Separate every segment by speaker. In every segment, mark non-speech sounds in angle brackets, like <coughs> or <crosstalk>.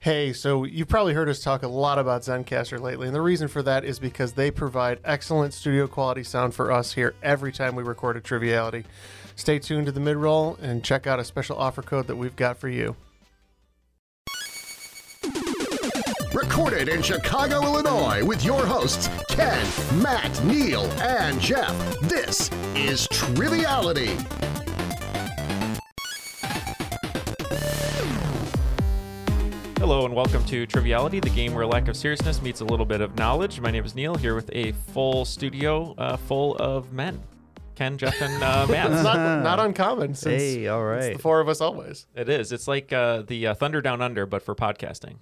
Speaker 1: Hey, so you've probably heard us talk a lot about Zencaster lately, and the reason for that is because they provide excellent studio quality sound for us here every time we record a triviality. Stay tuned to the mid roll and check out a special offer code that we've got for you.
Speaker 2: Recorded in Chicago, Illinois, with your hosts, Ken, Matt, Neil, and Jeff. This is Triviality.
Speaker 3: Hello and welcome to Triviality, the game where lack of seriousness meets a little bit of knowledge. My name is Neil, here with a full studio uh, full of men. Ken, Jeff, and
Speaker 4: <laughs>
Speaker 1: <laughs>
Speaker 3: uh,
Speaker 1: It's
Speaker 3: Matt.
Speaker 1: not, not uncommon since
Speaker 5: Hey, all
Speaker 1: it's
Speaker 5: right.
Speaker 1: the four of us always.
Speaker 3: it is. It's like uh, the uh, Thunder Down Under, but for podcasting.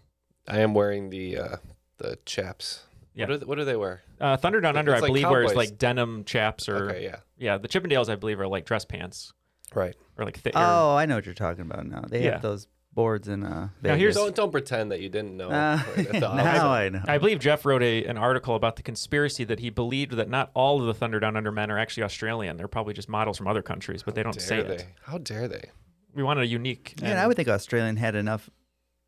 Speaker 4: I am wearing the uh, the chaps.
Speaker 3: Yeah.
Speaker 4: What, do, what do they wear?
Speaker 3: Uh, Thunder Down
Speaker 4: It's
Speaker 3: Under, I
Speaker 4: like
Speaker 3: believe, wears
Speaker 4: cowboys.
Speaker 3: like denim chaps or.
Speaker 4: Okay, yeah,
Speaker 3: Yeah, the Chippendales, I believe, are like dress pants
Speaker 4: right.
Speaker 3: or like thick.
Speaker 5: Oh, I know what you're talking about now. They
Speaker 3: Yeah.
Speaker 5: have those boards in uh,
Speaker 3: Now
Speaker 5: Vegas.
Speaker 3: here's-
Speaker 4: Don't don't pretend that you didn't know.
Speaker 5: Uh,
Speaker 4: <laughs> right, at the
Speaker 5: <laughs> now
Speaker 4: outset.
Speaker 5: I know.
Speaker 3: I believe Jeff wrote a, an article about the conspiracy that he believed that not all of the Thunder Down Under men are actually Australian. They're probably just models from other countries, but they don't
Speaker 4: dare
Speaker 3: say
Speaker 4: they?
Speaker 3: it.
Speaker 4: How dare they?
Speaker 3: We want a unique.
Speaker 5: Man,
Speaker 3: and-
Speaker 5: I would think Australian had enough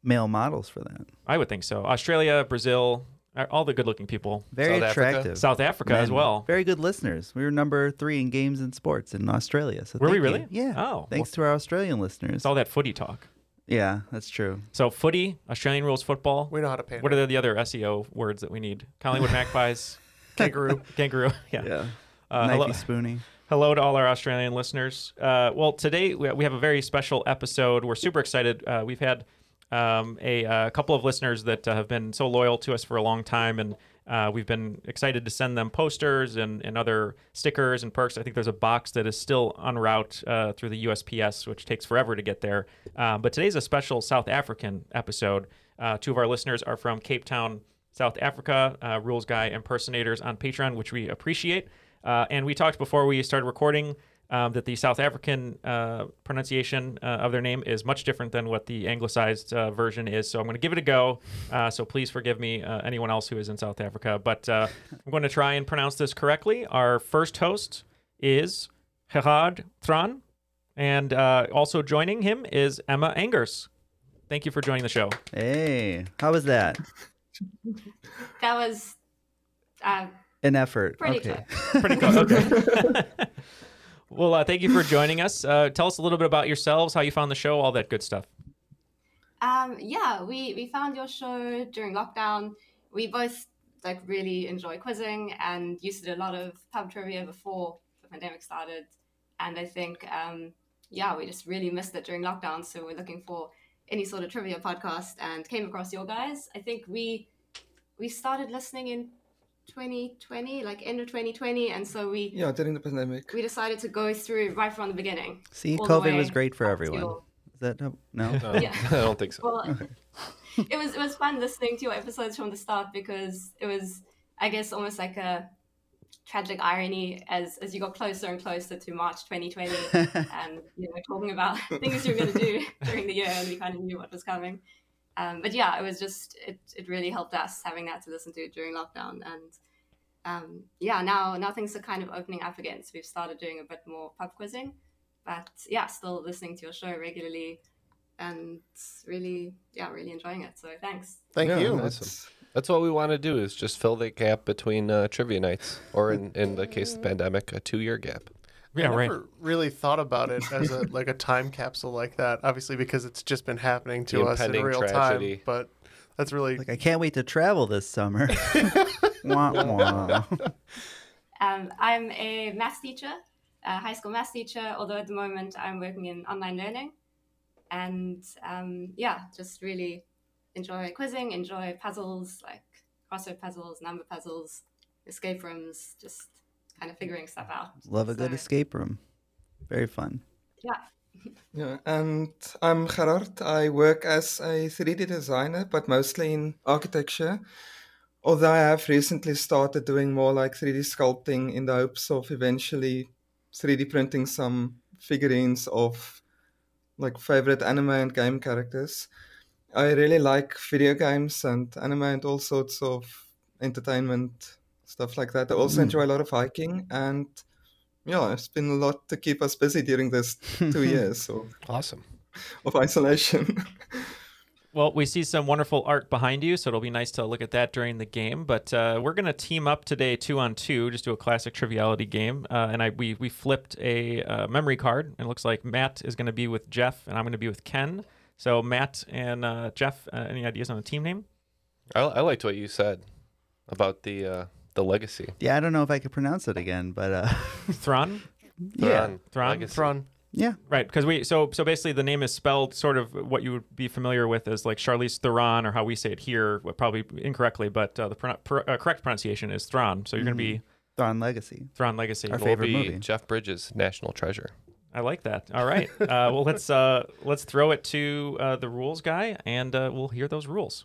Speaker 5: male models for that.
Speaker 3: I would think so. Australia, Brazil, uh, all the good-looking people.
Speaker 5: Very
Speaker 4: South Africa?
Speaker 5: attractive.
Speaker 3: South Africa as
Speaker 5: Men.
Speaker 3: well.
Speaker 5: Very good listeners. We were number three in games and sports in Australia. So
Speaker 3: Were we
Speaker 5: thank you.
Speaker 3: really?
Speaker 5: Yeah.
Speaker 3: Oh,
Speaker 5: Thanks to our Australian listeners.
Speaker 3: It's all that footy talk.
Speaker 5: Yeah, that's true.
Speaker 3: So footy, Australian rules football.
Speaker 1: We know how to paint.
Speaker 3: What are the other SEO words that we need?
Speaker 5: <laughs>
Speaker 3: Collingwood Magpies,
Speaker 1: kangaroo?
Speaker 3: <laughs> kangaroo. Yeah.
Speaker 5: Yeah.
Speaker 3: Uh,
Speaker 5: Knifey
Speaker 3: hello,
Speaker 5: Spoonie.
Speaker 3: hello to all our Australian listeners. Uh, well, today we we have a very special episode. We're super excited. Uh, we've had um, a uh, couple of listeners that uh, have been so loyal to us for a long time, and uh, we've been excited to send them posters and, and other stickers and perks. I think there's a box that is still en route uh, through the USPS, which takes forever to get there. Uh, but today's a special South African episode. Uh, two of our listeners are from Cape Town, South Africa, uh, Rules Guy impersonators on Patreon, which we appreciate. Uh, and we talked before we started recording um, that the South African uh, pronunciation uh, of their name is much different than what the anglicized uh, version is. So I'm going to give it a go. Uh, so please forgive me, uh, anyone else who is in South Africa. But uh, I'm going to try and pronounce this correctly. Our first host is Gerard Tran. And uh, also joining him is Emma Angers. Thank you for joining the show.
Speaker 5: Hey, how was that?
Speaker 6: That was uh,
Speaker 5: An effort.
Speaker 6: Pretty
Speaker 5: okay. <laughs>
Speaker 3: Pretty close. Okay. well, uh, thank you for joining us. Uh, tell us a little bit about yourselves, how you found the show, all that good stuff.
Speaker 6: <laughs> um yeah, we we found your show during lockdown. We both like really enjoy quizzing and used to do a lot of pub trivia before the pandemic started. And I think um yeah, we just really missed it during lockdown, so we're looking for any sort of trivia podcast and came across your guys. I think we we started listening in 2020, like end of 2020, and so we
Speaker 7: Yeah, during the pandemic.
Speaker 6: we decided to go through right from the beginning.
Speaker 5: See,
Speaker 6: all the
Speaker 5: COVID was
Speaker 6: way
Speaker 5: great for
Speaker 6: up to
Speaker 5: everyone.
Speaker 6: your-
Speaker 5: Is that
Speaker 4: <laughs>
Speaker 5: no? no?
Speaker 4: No,
Speaker 6: <laughs> Yeah.
Speaker 4: I don't think so.
Speaker 6: Well, <laughs> it was it was fun listening to your episodes from the start because it was, I guess, almost like a tragic irony as as you got closer and closer to March
Speaker 5: <laughs>
Speaker 6: 2020, and you know talking about <laughs> things you were going to do <laughs> during the year, and we kind of knew what was coming. Um, but yeah, it was just it it really helped us having that to listen to during lockdown, and um, yeah, now now things are kind of opening up again, so we've started doing a bit more pub quizzing. But yeah, still listening to your show regularly and really yeah really enjoying it so thanks
Speaker 1: Thank
Speaker 7: Yeah,
Speaker 1: you.
Speaker 7: that's-
Speaker 4: That's what we want to do is just fill the gap between uh, trivia nights, or in, in the case of the pandemic, a two year gap.
Speaker 3: Yeah,
Speaker 1: I
Speaker 3: right.
Speaker 1: never really thought about it as a like a time capsule like that. Obviously, because it's just been happening to
Speaker 4: The
Speaker 1: us in
Speaker 4: impending
Speaker 1: real
Speaker 4: tragedy.
Speaker 1: time. But that's really
Speaker 5: Like I can't wait to travel this
Speaker 1: <laughs>
Speaker 5: summer. Wah,
Speaker 4: <laughs>
Speaker 6: <laughs>
Speaker 5: wah.
Speaker 6: Um, I'm a maths teacher, a high school maths teacher, although at the moment I'm working in online learning. And um, yeah, just really enjoy quizzing, enjoy puzzles like crossword puzzles, number puzzles, escape rooms, just kind of figuring stuff out.
Speaker 5: Love a good escape room. Very fun.
Speaker 6: Yeah.
Speaker 7: Yeah, and I'm Gerard. I work as a 3D designer, but mostly in architecture. Although I have recently started doing more like 3D sculpting in the hopes of eventually 3D printing some figurines of like favorite anime and game characters. I really like video games and anime and all sorts of entertainment stuff like that. I also
Speaker 5: Mm.
Speaker 7: enjoy a lot of hiking and yeah, it's been a lot to keep us busy
Speaker 5: <laughs>
Speaker 7: during this two years of,
Speaker 4: awesome.
Speaker 7: of isolation. <laughs>
Speaker 3: Well, we see some wonderful art behind you, so it'll be nice to look at that during the game. But uh, we're going to team up today, two on two, just do a classic triviality game. Uh, and I we we flipped a uh, memory card, and it looks like Matt is going to be with Jeff, and I'm going to be with Ken. So Matt and uh, Jeff, uh, any ideas on a team name?
Speaker 4: I, I liked what you said about the uh, the legacy.
Speaker 5: Yeah, I don't know if I could pronounce it again, but uh, <laughs>
Speaker 3: Thron.
Speaker 4: Thrawn.
Speaker 3: Thron.
Speaker 4: Legacy.
Speaker 1: Thron.
Speaker 5: Yeah.
Speaker 3: Right, because we so so basically the name is spelled sort of what you would be familiar with as like Charlize Theron or how we say it here, well, probably incorrectly, but uh, the pro- pro- uh, correct pronunciation is Thron. So you're going to be
Speaker 5: Thrawn Mm. Legacy.
Speaker 3: Thron Legacy.
Speaker 5: Our
Speaker 4: Will
Speaker 5: favorite
Speaker 4: be
Speaker 5: movie.
Speaker 4: Jeff Bridges, National Treasure.
Speaker 3: I like that. All right. Uh, well, let's uh, let's throw it to uh, the rules guy, and uh, we'll hear those rules.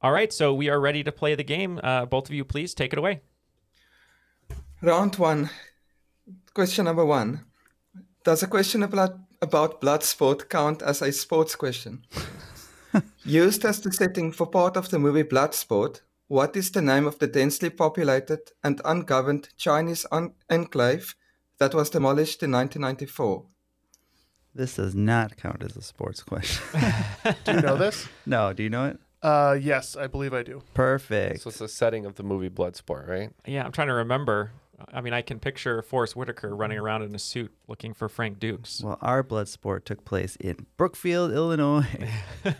Speaker 3: All right. So we are ready to play the game. Uh, both of you, please take it away.
Speaker 7: Round one. Question number one. Does a question about, about blood sport count as a
Speaker 5: <laughs>
Speaker 7: sports question? Used as the setting for part of the movie Bloodsport, what is the name of the densely populated and ungoverned Chinese un- enclave that was demolished in 1994?
Speaker 5: This does not count <laughs> as a sports question.
Speaker 1: Do you know
Speaker 4: <laughs>
Speaker 1: this?
Speaker 5: No, do you know it?
Speaker 1: Uh, yes, I believe I do.
Speaker 5: Perfect.
Speaker 4: So it's the setting of the movie Bloodsport, right?
Speaker 3: Yeah, I'm trying to remember. I mean, I can picture Forrest Whitaker running around in a suit looking for Frank Dukes.
Speaker 5: Well, our blood sport took place in
Speaker 3: <laughs>
Speaker 5: Brookfield, Illinois. <laughs>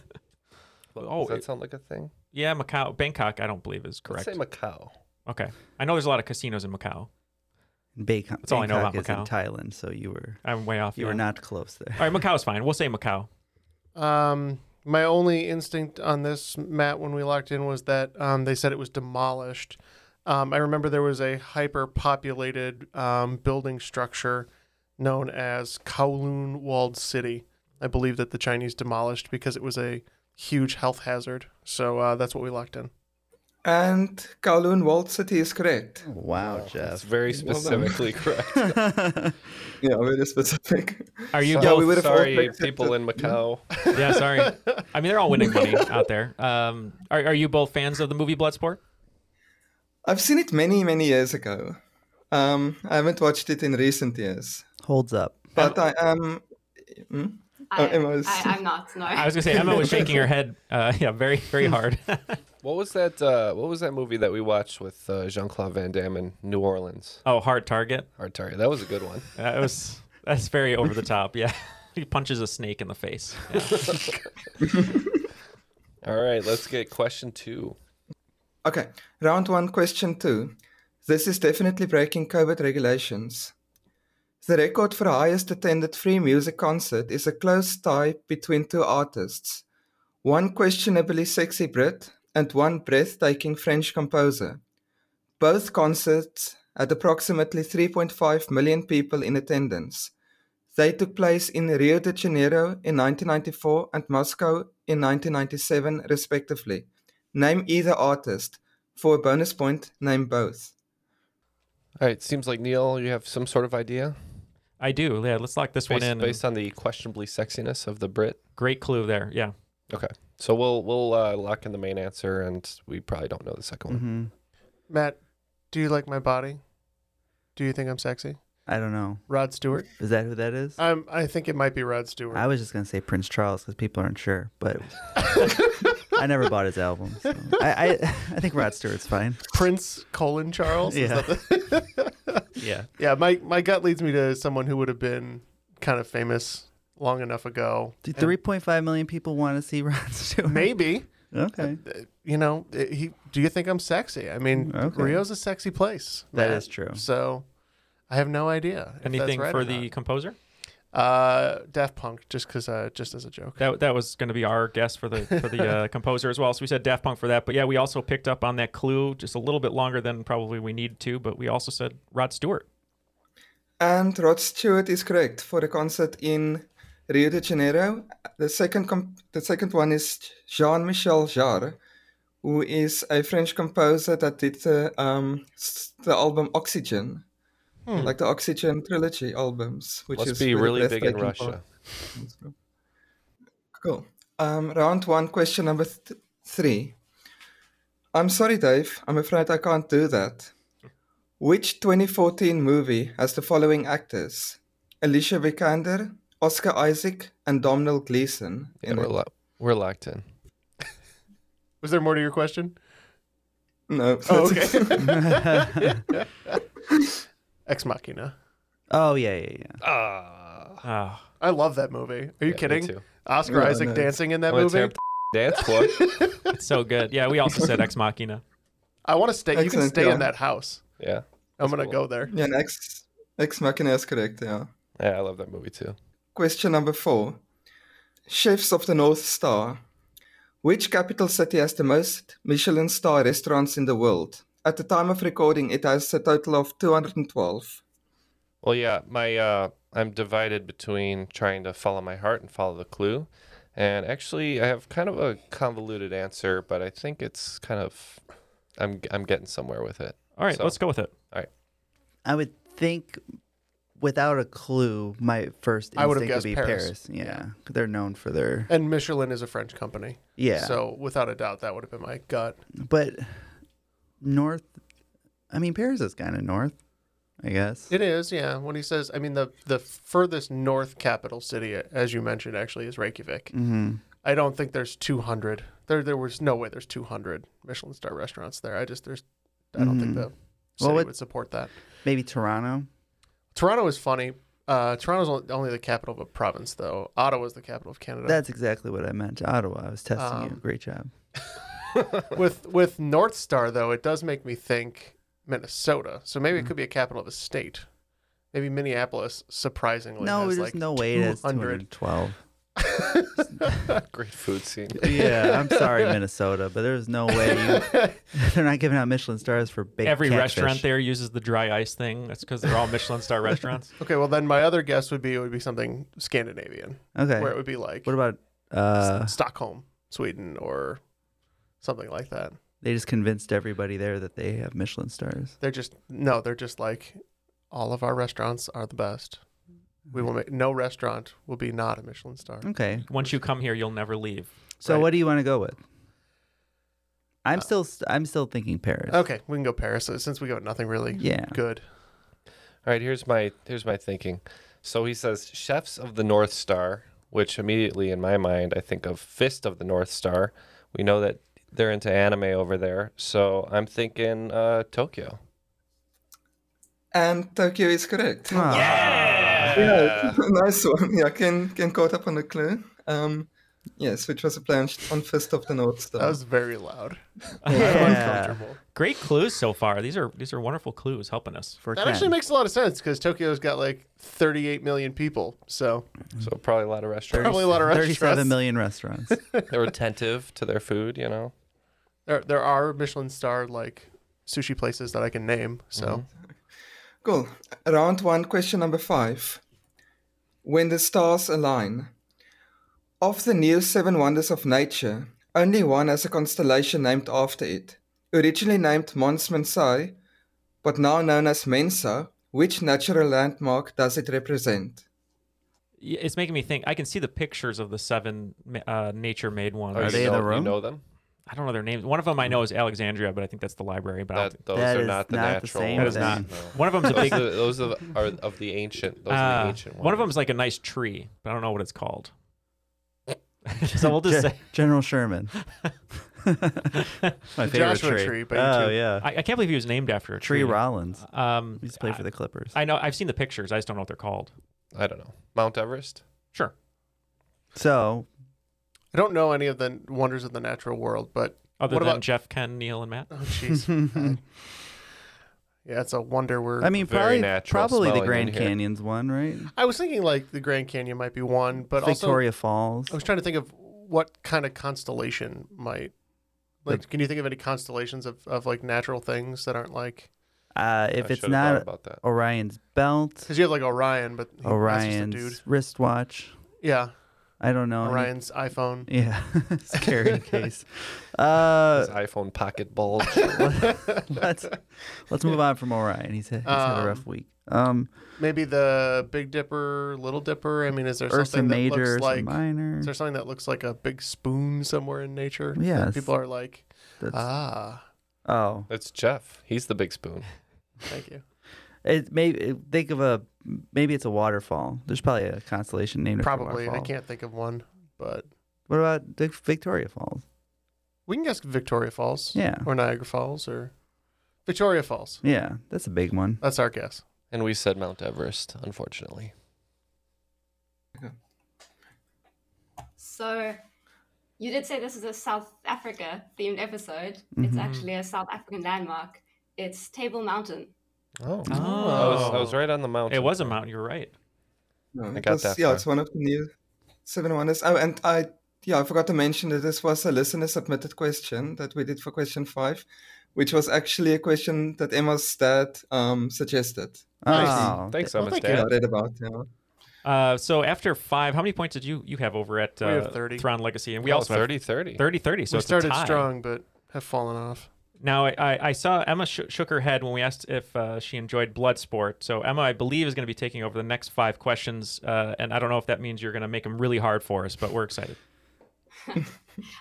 Speaker 3: Oh,
Speaker 4: Does that
Speaker 3: it-
Speaker 4: sound like a thing?
Speaker 3: Yeah, Macau, Bangkok. I don't believe is
Speaker 4: Let's
Speaker 3: correct.
Speaker 4: say Macau.
Speaker 3: okay. I know there's a lot of casinos in
Speaker 4: <laughs>
Speaker 3: Macau.
Speaker 5: Bangkok,
Speaker 3: That's all I know about
Speaker 5: Bangkok is in Thailand, so you were
Speaker 3: I'm way off.
Speaker 5: You were
Speaker 3: yeah.
Speaker 5: not close there.
Speaker 3: All right, Macau's fine. We'll say Macau.
Speaker 1: Um, my only instinct on this, Matt, when we locked in, was that um, they said it was demolished. Um, I remember there was a hyper-populated um, building structure known as Kowloon Walled City. I believe that the Chinese demolished because it was a huge health hazard. So uh, that's what we locked in.
Speaker 7: And Kowloon Walled City is correct.
Speaker 5: Wow, Jeff.
Speaker 4: It's very
Speaker 7: Well done.
Speaker 5: <laughs>
Speaker 4: specifically correct.
Speaker 7: <laughs> yeah, very specific.
Speaker 3: Are you
Speaker 4: So
Speaker 3: both-
Speaker 7: would've all
Speaker 4: sorry,
Speaker 7: picked it
Speaker 4: people
Speaker 7: to-
Speaker 4: in Macau?
Speaker 3: <laughs> Yeah,
Speaker 4: <laughs>
Speaker 3: sorry. I mean, they're all winning money out there. Um, are, are you both fans of the movie Bloodsport?
Speaker 7: I've seen it many, many years ago. Um, I haven't watched it in recent years,
Speaker 5: Holds up.
Speaker 7: but I am. Hmm?
Speaker 6: I,
Speaker 7: Oh, Emma's-
Speaker 6: I, I'm not,
Speaker 3: <laughs>
Speaker 6: no.
Speaker 3: I was gonna say Emma was shaking her head. Uh, <laughs> yeah, very very hard.
Speaker 4: What was that? Uh, what was that movie that we watched with uh, Jean Claude Van Damme in New Orleans?
Speaker 3: oh, hard target.
Speaker 4: Hard Target. That was a good one.
Speaker 3: That
Speaker 4: <laughs>
Speaker 3: was that's very over the top. Yeah, <laughs> he punches a snake in the face. Yeah.
Speaker 4: <laughs> All right, let's get question two.
Speaker 7: Okay, round one, question two. This is definitely breaking COVID regulations. The record for highest attended free music concert is a close tie between two artists one questionably sexy Brit and one breathtaking French composer. Both concerts had approximately 3.5 million people in attendance. They took place in Rio de Janeiro in 1994 and Moscow in 1997, respectively. Name either artist. For a bonus point, name both.
Speaker 4: All right, seems like Neil, you have some sort of idea.
Speaker 3: I do. Yeah, let's lock this
Speaker 4: based,
Speaker 3: one in.
Speaker 4: based on the questionably sexiness of the Brit.
Speaker 3: Great clue there. Yeah.
Speaker 4: Okay. So we'll we'll uh, lock in the main answer, and we probably don't know the 2nd
Speaker 1: Mm-hmm.
Speaker 4: one.
Speaker 1: Matt, do you like my body? Do you think I'm sexy?
Speaker 5: I don't know.
Speaker 1: Rod Stewart.
Speaker 5: Is that who that is?
Speaker 1: I'm, I think it might be Rod Stewart.
Speaker 5: I was just gonna say Prince Charles because people aren't sure, but
Speaker 1: <laughs>
Speaker 5: I never bought his album. so. I, I I think Rod Stewart's fine.
Speaker 1: Prince Colin Charles. Is
Speaker 5: Yeah.
Speaker 1: that the-
Speaker 3: Yeah.
Speaker 1: yeah. My my gut leads me to someone who would have been kind of famous long enough ago.
Speaker 5: Do
Speaker 1: And
Speaker 5: 3.5 million people want to see Rod <laughs> Stewart?
Speaker 1: maybe. Uh,
Speaker 5: Okay.
Speaker 1: You know, it- he. Do you think I'm sexy? I mean,
Speaker 5: Okay.
Speaker 1: Rio's a sexy place.
Speaker 5: That
Speaker 1: Matt.
Speaker 5: is true.
Speaker 1: So, I have no idea. if that's
Speaker 3: Anything
Speaker 1: right
Speaker 3: for
Speaker 1: or
Speaker 3: the
Speaker 1: not.
Speaker 3: composer?
Speaker 1: Uh, Daft Punk, just because, uh, just as a joke.
Speaker 3: That, that was going to be our guess for the for the
Speaker 1: <laughs>
Speaker 3: uh, composer as well. So we said Daft Punk for that, but yeah, we also picked up on that clue just a little bit longer than probably we need to. But we also said Rod Stewart.
Speaker 7: And Rod Stewart is correct for the concert in Rio de Janeiro. The second, com- the second one is Jean Michel Jarre, who is a French composer that did the, um, s- the album Oxygen,
Speaker 4: Hmm.
Speaker 7: like the Oxygen trilogy albums, which
Speaker 4: Must
Speaker 7: is
Speaker 4: be
Speaker 7: with
Speaker 4: really big in
Speaker 7: breathtaking
Speaker 4: Russia.
Speaker 7: part. Cool. Um, round one, question number th- three. I'm sorry, Dave. I'm afraid I can't do that. Which 2014 movie has the following actors? Alicia Vikander, Oscar Isaac, and Domhnall Gleeson.
Speaker 4: Yeah, we're, lo- we're locked in.
Speaker 1: Was there more to your question?
Speaker 7: No.
Speaker 1: <laughs> Oh, okay. <laughs> Ex Machina.
Speaker 5: Oh yeah, yeah, yeah.
Speaker 3: Ah.
Speaker 1: I love that movie. Are you
Speaker 4: me
Speaker 1: kidding?
Speaker 4: too.
Speaker 1: Oscar
Speaker 4: Yeah, I
Speaker 1: Isaac
Speaker 4: know.
Speaker 1: dancing in that
Speaker 4: I'm gonna tear
Speaker 1: movie.
Speaker 4: up the dance floor. <laughs>
Speaker 3: It's so good. Yeah, we also said Ex Machina.
Speaker 1: I want to stay. You can
Speaker 7: Excellent,
Speaker 1: stay
Speaker 7: yeah.
Speaker 1: in that house.
Speaker 4: Yeah.
Speaker 1: I'm gonna go there.
Speaker 7: Yeah, and Ex, Ex Machina is correct, yeah.
Speaker 4: Yeah, I love that movie too.
Speaker 7: Question number four. Chefs of the North Star. Which capital city has the most Michelin star restaurants in the world? At the time of recording, it has a total of 212.
Speaker 4: Well, yeah, my uh, I'm divided between trying to follow my heart and follow the clue, and actually, I have kind of a convoluted answer, but I think it's kind of I'm I'm getting somewhere with it.
Speaker 3: All right, let's go with it.
Speaker 4: All right,
Speaker 5: I would think, without a clue, my first
Speaker 1: I would have
Speaker 5: instinct would be
Speaker 1: guessed Paris.
Speaker 5: Paris. Yeah, they're known for their.
Speaker 1: And Michelin is a French company.
Speaker 5: Yeah.
Speaker 1: So without a doubt, that would have been my gut.
Speaker 5: But north, I mean, Paris is kind of north, I guess.
Speaker 1: It is, yeah. When he says, I mean, the the furthest north capital city, as you mentioned, actually is Reykjavik.
Speaker 5: Mhm.
Speaker 1: I don't think there's 200. There, there was no way there's 200 Michelin star restaurants there. I just there's, I don't think
Speaker 5: Mhm.
Speaker 1: the
Speaker 5: Well,
Speaker 1: city
Speaker 5: what-
Speaker 1: would support that.
Speaker 5: Maybe Toronto.
Speaker 1: Toronto is funny. Uh, Toronto's on- only the capital of a province, though. Ottawa's the capital of Canada.
Speaker 5: That's exactly what I meant. Ottawa. I was testing you.
Speaker 1: uh, Um,
Speaker 5: Great job.
Speaker 1: with with North Star though, it does make me think Minnesota. So maybe
Speaker 5: Mm.
Speaker 1: it could be a capital of a state. Maybe Minneapolis, surprisingly,
Speaker 5: No,
Speaker 1: has
Speaker 5: there's
Speaker 1: like
Speaker 5: no way it has
Speaker 1: 200.
Speaker 5: 212.
Speaker 1: <laughs>
Speaker 4: great food scene.
Speaker 5: <laughs> yeah, I'm sorry, Minnesota, but there's no way
Speaker 1: <laughs>
Speaker 5: you, <laughs> they're not giving out Michelin stars for baked
Speaker 3: Every
Speaker 5: catfish.
Speaker 3: restaurant there uses the dry ice thing. That's because they're all Michelin star restaurants.
Speaker 1: <laughs> Okay, well then my other guess would be it would be something Scandinavian.
Speaker 5: Okay.
Speaker 1: where it would be like
Speaker 5: What about uh,
Speaker 1: S- Stockholm, Sweden, or something like that.
Speaker 5: they just convinced everybody there that they have Michelin stars?
Speaker 1: They're just no, they're just like all of our restaurants are the best. We will make no restaurant will be not a Michelin star.
Speaker 5: Mm. Okay.
Speaker 3: Once you come here, you'll never leave.
Speaker 5: So what do you want to go with? I'm
Speaker 1: Uh,
Speaker 5: still st- I'm still thinking
Speaker 1: <laughs>
Speaker 5: Paris.
Speaker 1: Okay, we can go Paris uh, since we got nothing really
Speaker 5: Yeah.
Speaker 1: good.
Speaker 4: All right, here's my here's my thinking. So he says chefs of the North Star, which immediately in my mind I think of Fist of the North Star. We know that they're into anime over there, so I'm thinking uh, Tokyo.
Speaker 7: And Tokyo is correct. Yeah, <laughs> nice one. Yeah, Ken, Ken caught up on the clue. Um, yes, which was a plunge on Fist of the North Star.
Speaker 1: That was very loud.
Speaker 3: Yeah. <laughs> Great clues so far. These are these are wonderful clues helping us.
Speaker 5: For
Speaker 1: That actually makes a lot of sense because Tokyo's got like 38 million people, so
Speaker 4: So probably a lot of restaurants.
Speaker 1: Probably a
Speaker 5: <laughs>
Speaker 1: lot of restaurants.
Speaker 5: 37 million restaurants.
Speaker 4: <laughs> They're attentive to their food, you know.
Speaker 1: there, there are Michelin star like sushi places that I can name. So
Speaker 7: Mm-hmm. Cool. Round one, question number five. When the stars align. Of the new seven wonders of nature, only one has a constellation named after it. Originally named Mons Mensae, but now known as Mensa, Which natural landmark does it represent?
Speaker 3: Y- It's making me think. I can see the pictures of the seven ma- uh, nature-made ones.
Speaker 4: Oh, Are you they in know- the you room? know
Speaker 3: them? I don't know their names. One of them I know is Alexandria, but I think that's the library. But I don't think-
Speaker 4: Those are not the natural.
Speaker 3: That is not. One of them's a
Speaker 4: Those
Speaker 3: big.
Speaker 4: are- Those are, the- are of the ancient. Those are
Speaker 3: Uh,
Speaker 4: the ancient ones.
Speaker 3: One of them's like a nice tree, but I don't know what it's called. so we'll just
Speaker 5: Ge-
Speaker 3: say
Speaker 5: General
Speaker 1: <laughs>
Speaker 5: Sherman. My favorite tree. oh yeah.
Speaker 3: I, I can't believe he was named after a
Speaker 5: Tree
Speaker 3: tree.
Speaker 5: Rollins.
Speaker 3: Um,
Speaker 5: He used to play
Speaker 3: I-
Speaker 5: for the Clippers.
Speaker 3: I know. I've seen the pictures. I just don't know what they're called.
Speaker 4: I don't know. Mount Everest.
Speaker 3: Sure.
Speaker 5: So
Speaker 1: I don't know any of the wonders of the natural world, but
Speaker 3: Other
Speaker 1: what
Speaker 3: than
Speaker 1: about
Speaker 3: Jeff, Ken, Neil, and Matt.
Speaker 1: Oh,
Speaker 5: <laughs>
Speaker 1: jeez. yeah, it's a wonder we're.
Speaker 5: I mean, probably probably the Grand Canyon's one, right?
Speaker 1: I was thinking like the Grand Canyon might be one, but
Speaker 5: Victoria
Speaker 1: also
Speaker 5: Falls.
Speaker 1: I was trying to think of what kind of constellation might. Like, can you think of any constellations of, of like natural things that aren't like?
Speaker 5: Uh, if
Speaker 1: I
Speaker 5: it's
Speaker 1: should've
Speaker 5: not
Speaker 1: thought about that.
Speaker 5: Orion's belt,
Speaker 1: Because you have like Orion, but he- that's just a dude.
Speaker 5: Orion's wristwatch.
Speaker 1: Yeah.
Speaker 5: I don't know. any-
Speaker 1: Orion's iPhone.
Speaker 5: <laughs> Yeah, it's
Speaker 1: <laughs>
Speaker 5: carrying case. Uh,
Speaker 4: His iPhone pocket bulge.
Speaker 5: <laughs> let's let's move on from Orion. He's, had- he's had a rough
Speaker 1: Um,
Speaker 5: week. Um,
Speaker 1: Maybe the Big Dipper, Little Dipper. I mean, is there
Speaker 5: Ursa
Speaker 1: something that
Speaker 5: Major,
Speaker 1: looks
Speaker 5: Ursa
Speaker 1: like
Speaker 5: Minor.
Speaker 1: Is there something that looks like a big spoon somewhere in nature? that
Speaker 5: Yes.
Speaker 1: people are like,
Speaker 5: That's-
Speaker 1: ah,
Speaker 5: oh,
Speaker 4: It's Jeff. He's the big spoon.
Speaker 1: thank you.
Speaker 5: it may it- think of a maybe it's a waterfall. There's probably a constellation named after a
Speaker 1: Probably. I
Speaker 5: waterfall.
Speaker 1: can't think of one, but
Speaker 5: What about Dic- Victoria Falls?
Speaker 1: we can guess Victoria Falls.
Speaker 5: Yeah.
Speaker 1: Or Niagara Falls or Victoria Falls.
Speaker 5: Yeah, that's a big one.
Speaker 1: That's our guess.
Speaker 4: And we said Mount Everest, unfortunately.
Speaker 6: So, you did say this is a South Africa themed episode. It's
Speaker 3: Mm-hmm.
Speaker 4: Mhm.
Speaker 6: actually a South African landmark. It's Table Mountain.
Speaker 4: Oh. I, was, I was right on the mountain.
Speaker 3: It was a mountain. You're right.
Speaker 7: No,
Speaker 4: I
Speaker 7: it
Speaker 4: got
Speaker 7: was-
Speaker 4: that
Speaker 7: Yeah,
Speaker 4: far.
Speaker 7: it's one of the new seven wonders. Oh, and I yeah, I forgot to mention that this was a listener submitted question that we did for question five, which was actually a question that Emma's dad um, suggested.
Speaker 5: Oh,
Speaker 4: Thanks,
Speaker 7: Well,
Speaker 4: Emma's
Speaker 7: thank
Speaker 4: dad.
Speaker 7: you. I read about yeah.
Speaker 3: Uh, so after five, how many points did you you have over at uh,
Speaker 1: We have 30.
Speaker 3: Thron Legacy? And we
Speaker 4: Oh,
Speaker 3: also 30
Speaker 4: 30-30.
Speaker 3: 30. So
Speaker 1: we
Speaker 3: it's a
Speaker 1: started
Speaker 3: tie.
Speaker 1: strong, but have fallen off.
Speaker 3: Now I, I, I saw Emma sh- shook her head when we asked if uh, she enjoyed Bloodsport. So Emma, I believe, is going to be taking over the next five questions, uh, and I don't know if that means you're going to make them really hard for us, but we're excited.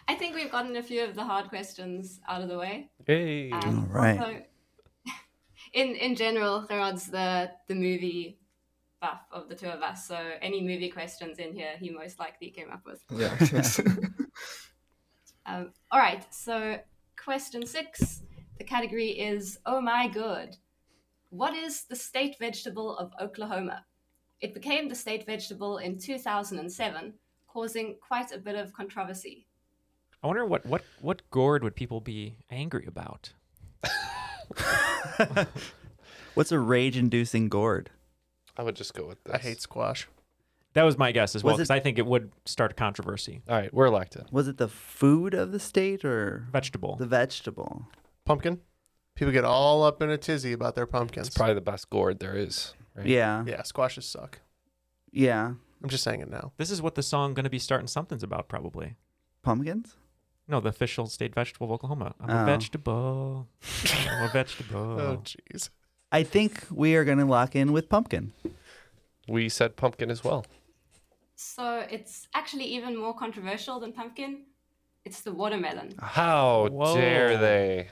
Speaker 6: I think we've gotten a few of the hard questions out of the way.
Speaker 4: Hey.
Speaker 6: Um,
Speaker 5: All right.
Speaker 6: also- <laughs> in in general, Gerard's the the movie buff of the two of us. So any movie questions in here, he most likely came up with.
Speaker 5: <laughs>
Speaker 6: <laughs>
Speaker 7: Yeah. yes.
Speaker 6: Um, all right. So question six. The category is oh my good. What is the state vegetable of Oklahoma? It became the state vegetable in 2007, causing quite a bit of controversy.
Speaker 3: I wonder what what what gourd would people be angry about?
Speaker 5: <laughs> What's a rage-inducing gourd?
Speaker 4: I would just go with this.
Speaker 1: I hate squash.
Speaker 3: That was my guess as well,
Speaker 5: Was it-
Speaker 3: because I think it would start a controversy.
Speaker 4: All right, we're locked in.
Speaker 5: Was it the food of the state or
Speaker 3: Vegetable.
Speaker 5: the vegetable?
Speaker 1: Pumpkin. People get all up in a tizzy about their pumpkins.
Speaker 4: It's probably the best gourd there is. Right?
Speaker 5: Yeah,
Speaker 1: yeah, squashes suck.
Speaker 5: yeah.
Speaker 1: I'm just saying it now.
Speaker 3: This is what the song "Gonna Be Starting Something's" about, probably.
Speaker 5: Pumpkins.
Speaker 3: No, the official state vegetable of Oklahoma. I'm
Speaker 5: Oh.
Speaker 3: a
Speaker 5: <laughs>
Speaker 3: vegetable. I'm a vegetable.
Speaker 4: <laughs>
Speaker 1: Oh, jeez.
Speaker 5: I think we are going to lock in with pumpkin.
Speaker 4: We said pumpkin as well.
Speaker 6: So it's actually even more controversial than pumpkin. It's the watermelon.
Speaker 4: How
Speaker 3: Whoa.
Speaker 4: dare they?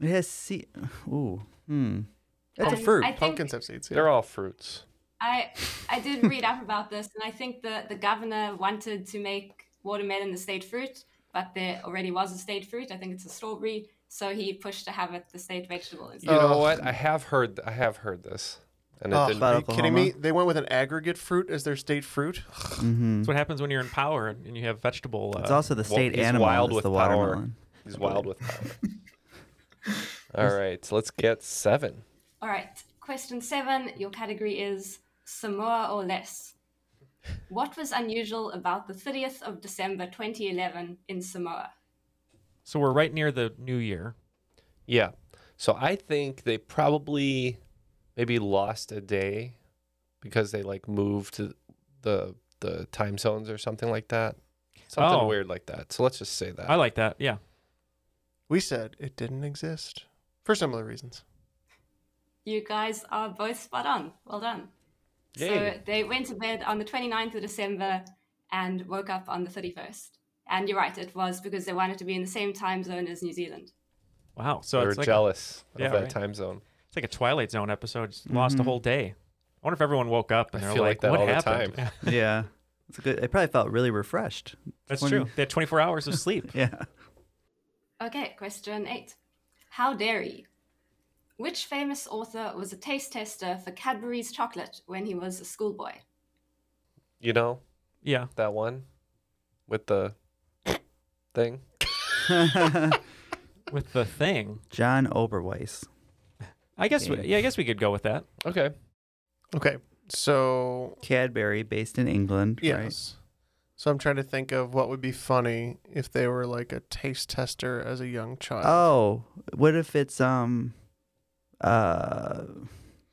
Speaker 5: It has see. Ooh, hmm. That's a
Speaker 6: Um,
Speaker 5: fruit.
Speaker 6: I think-
Speaker 1: Pumpkins have seeds. Yeah.
Speaker 4: They're all fruits.
Speaker 6: I
Speaker 4: <laughs>
Speaker 6: I did read up about this, and I think the the governor wanted to make watermelon the state fruit, but there already was a state fruit. I think it's a strawberry, so he pushed to have it the state vegetable.
Speaker 4: You
Speaker 6: Instead.
Speaker 4: know what? I have heard. I have heard this, and it
Speaker 1: Ugh,
Speaker 4: didn't.
Speaker 1: are you kidding me? They went with an aggregate fruit as their state fruit.
Speaker 3: That's what happens when you're in power and and you have vegetable. Uh,
Speaker 5: Mm-hmm. It's also the
Speaker 4: Well,
Speaker 5: state
Speaker 4: he's
Speaker 5: animal.
Speaker 4: wild
Speaker 5: is
Speaker 4: with
Speaker 5: the
Speaker 4: power.
Speaker 5: watermelon.
Speaker 4: He's wild with power.
Speaker 5: <laughs>
Speaker 4: All right, so let's get seven.
Speaker 6: All right, question seven. Your category is Samoa or less. What was unusual about the 30th of December 2011 in Samoa?
Speaker 3: so we're right near the new year.
Speaker 4: Yeah. So I think they probably maybe lost a day because they like moved to the the time zones or something like that. Something
Speaker 3: Oh.
Speaker 4: weird like that. So let's just say that.
Speaker 3: I like that. Yeah.
Speaker 1: We said it didn't exist for similar reasons.
Speaker 6: You guys are both spot on. Well done. So
Speaker 4: Yay.
Speaker 6: they went to bed on the 29th of December and woke up on the 31st. And you're right, it was because they wanted to be in the same time zone as New Zealand.
Speaker 3: Wow. So
Speaker 4: They
Speaker 3: it's
Speaker 4: were
Speaker 3: like
Speaker 4: jealous of that
Speaker 3: right.
Speaker 4: time zone.
Speaker 3: It's like a Twilight Zone episode. Just lost a
Speaker 5: Mm-hmm.
Speaker 4: Mhm.
Speaker 3: whole day. I wonder if everyone woke up and
Speaker 4: I
Speaker 3: they're
Speaker 4: feel
Speaker 3: like,
Speaker 4: like that
Speaker 3: "What
Speaker 4: all the
Speaker 3: happened?" <laughs>
Speaker 4: time.
Speaker 5: yeah, it's good. It probably felt really refreshed.
Speaker 3: That's
Speaker 5: When-
Speaker 3: true. They had 24 hours of sleep.
Speaker 5: yeah.
Speaker 6: Okay, question eight. How dairy? Which famous author was a taste tester for Cadbury's chocolate when he was a schoolboy?
Speaker 4: You know?
Speaker 3: Yeah.
Speaker 4: That one
Speaker 5: <laughs>
Speaker 4: with the thing.
Speaker 3: with the thing.
Speaker 5: John Oberweis.
Speaker 3: I guess. We, yeah, I guess we could go with that.
Speaker 4: Okay.
Speaker 1: Okay. So
Speaker 5: Cadbury, based in England.
Speaker 1: Yes. So I'm trying to think of what would be funny if they were like a taste tester as a young
Speaker 5: Right?
Speaker 1: child.
Speaker 5: Oh, what if it's um, uh,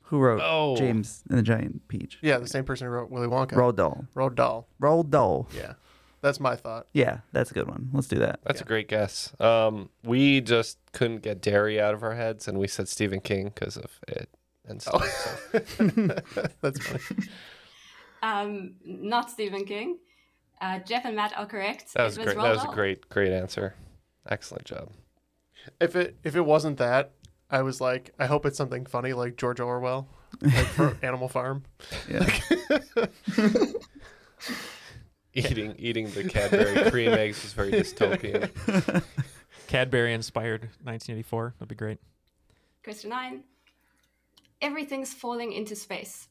Speaker 5: who wrote
Speaker 1: Oh.
Speaker 5: James and the Giant Peach?
Speaker 1: Yeah, the same person who wrote Willy Wonka.
Speaker 5: Roald Dahl.
Speaker 1: Roald Dahl.
Speaker 5: Roald Dahl.
Speaker 1: Yeah. That's my thought.
Speaker 5: Yeah, that's a good one. Let's do that.
Speaker 4: That's a great guess. Um, we just couldn't get dairy out of our heads, and we said Stephen King because of it and
Speaker 5: Oh.
Speaker 4: stuff.
Speaker 5: <laughs>
Speaker 4: so.
Speaker 1: That's funny.
Speaker 6: Um, not Stephen King. Uh, Jeff and Matt are correct.
Speaker 4: That was, great.
Speaker 6: Roald
Speaker 4: That was a
Speaker 6: Dahl.
Speaker 4: great, great answer. Excellent job.
Speaker 1: If it if it wasn't that, I was like, I hope it's something funny like George Orwell, like
Speaker 5: <laughs>
Speaker 1: for Animal Farm. <laughs>
Speaker 5: Yeah.
Speaker 4: <laughs>
Speaker 5: <laughs>
Speaker 4: Eating, eating the Cadbury cream eggs is very dystopian.
Speaker 5: <laughs>
Speaker 3: Cadbury inspired 1984. That'd be great.
Speaker 6: Question nine. Everything's falling into space.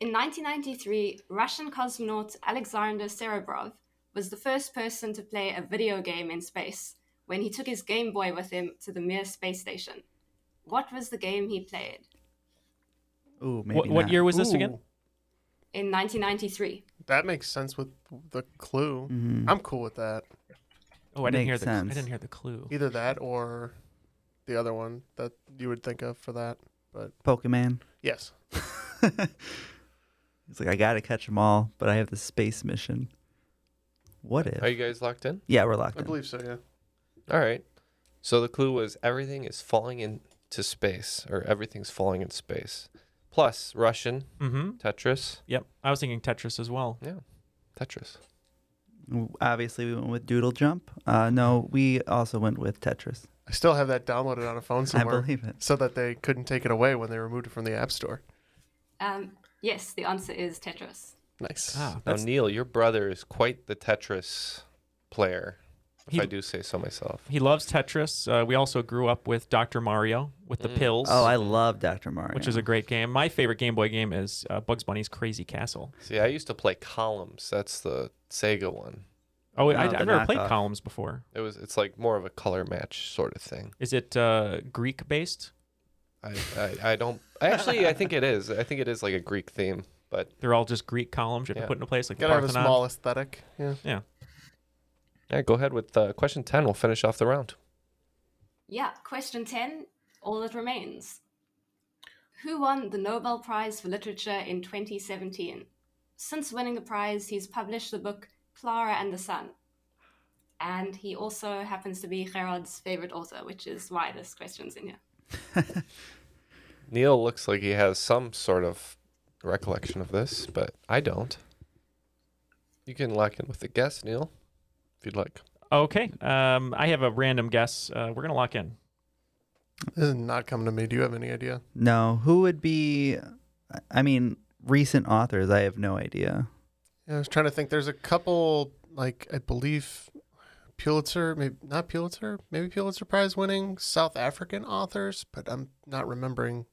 Speaker 6: In 1993, Russian cosmonaut Alexander Serebrov was the first person to play a video game in space when he took his Game Boy with him to the Mir space station. What was the game he played
Speaker 5: Ooh, maybe
Speaker 3: What, what
Speaker 5: not.
Speaker 3: year was this again?
Speaker 1: Ooh,
Speaker 6: in 1993?
Speaker 1: That makes sense with the clue.
Speaker 5: Mhm.
Speaker 1: I'm cool with that.
Speaker 3: Oh, I didn't hear
Speaker 5: Makes
Speaker 3: the. I
Speaker 5: sense.
Speaker 3: didn't hear the clue.
Speaker 1: Either that or the other one that you would think of for that. But
Speaker 5: Pokemon. <laughs>
Speaker 1: yes.
Speaker 5: It's like I gotta catch them all, but I have the space mission. What if?
Speaker 4: Are you guys locked in?
Speaker 5: Yeah, we're locked
Speaker 1: I
Speaker 5: in.
Speaker 1: believe so, yeah.
Speaker 4: All right. So the clue was everything is falling into space, or everything's falling in space. Plus Russian
Speaker 3: Mhm.
Speaker 4: Tetris.
Speaker 3: Yep. I was thinking Tetris as well.
Speaker 4: Yeah. Tetris.
Speaker 5: Obviously, we went with Doodle Jump. Uh, no, we also went with Tetris.
Speaker 1: I still have that downloaded on a phone somewhere.
Speaker 5: believe it.
Speaker 1: So that they couldn't take it away when they removed it from the app store.
Speaker 6: Um, yes, the answer is Tetris.
Speaker 1: Nice.
Speaker 3: Ah,
Speaker 4: Now,
Speaker 3: that's-
Speaker 4: Neil, your brother is quite the Tetris player, if
Speaker 3: He-
Speaker 4: I do say so myself.
Speaker 3: He loves Tetris. Uh, we also grew up with Dr. Mario with the pills.
Speaker 5: Oh, I love Dr. Mario.
Speaker 3: which is a great game. My favorite Game Boy game is uh, Bugs Bunny's Crazy Castle.
Speaker 4: See, I used to play Columns. That's the Sega one.
Speaker 3: Oh,
Speaker 5: No,
Speaker 3: I,
Speaker 5: the
Speaker 3: I've never played
Speaker 5: knockoff.
Speaker 3: Columns before.
Speaker 4: It was. It's like more of a color match sort of thing.
Speaker 3: Is it uh, Greek based?
Speaker 4: I, I, I don't. Actually, I think it is. I think it is like a Greek theme, but
Speaker 3: They're all just Greek columns you have
Speaker 4: Yeah.
Speaker 3: to put in a place like the
Speaker 1: Gotta have a
Speaker 3: Parthenon.
Speaker 1: small aesthetic. Yeah.
Speaker 3: Yeah.
Speaker 4: yeah. Go ahead with uh, question ten. We'll finish off the round.
Speaker 6: Yeah, question 10, all that remains. Who won the Nobel Prize for Literature in 2017? Since winning the prize, he's published the book Clara and the Sun. And he also happens to be Gerard's favorite author, which is why this question's in here.
Speaker 4: Neil looks like he has some sort of recollection of this, but I don't. You can lock in with the guess, Neil, if you'd like.
Speaker 3: Okay. Um, I have a random guess. Uh, we're gonna lock in.
Speaker 1: This is not coming to me. Do you have any idea?
Speaker 5: No, who would be? I mean, recent authors. I have no idea.
Speaker 1: Yeah, I was trying to think. There's a couple, like I believe, Pulitzer, maybe not Pulitzer, maybe Pulitzer Prize winning South African authors, but I'm not remembering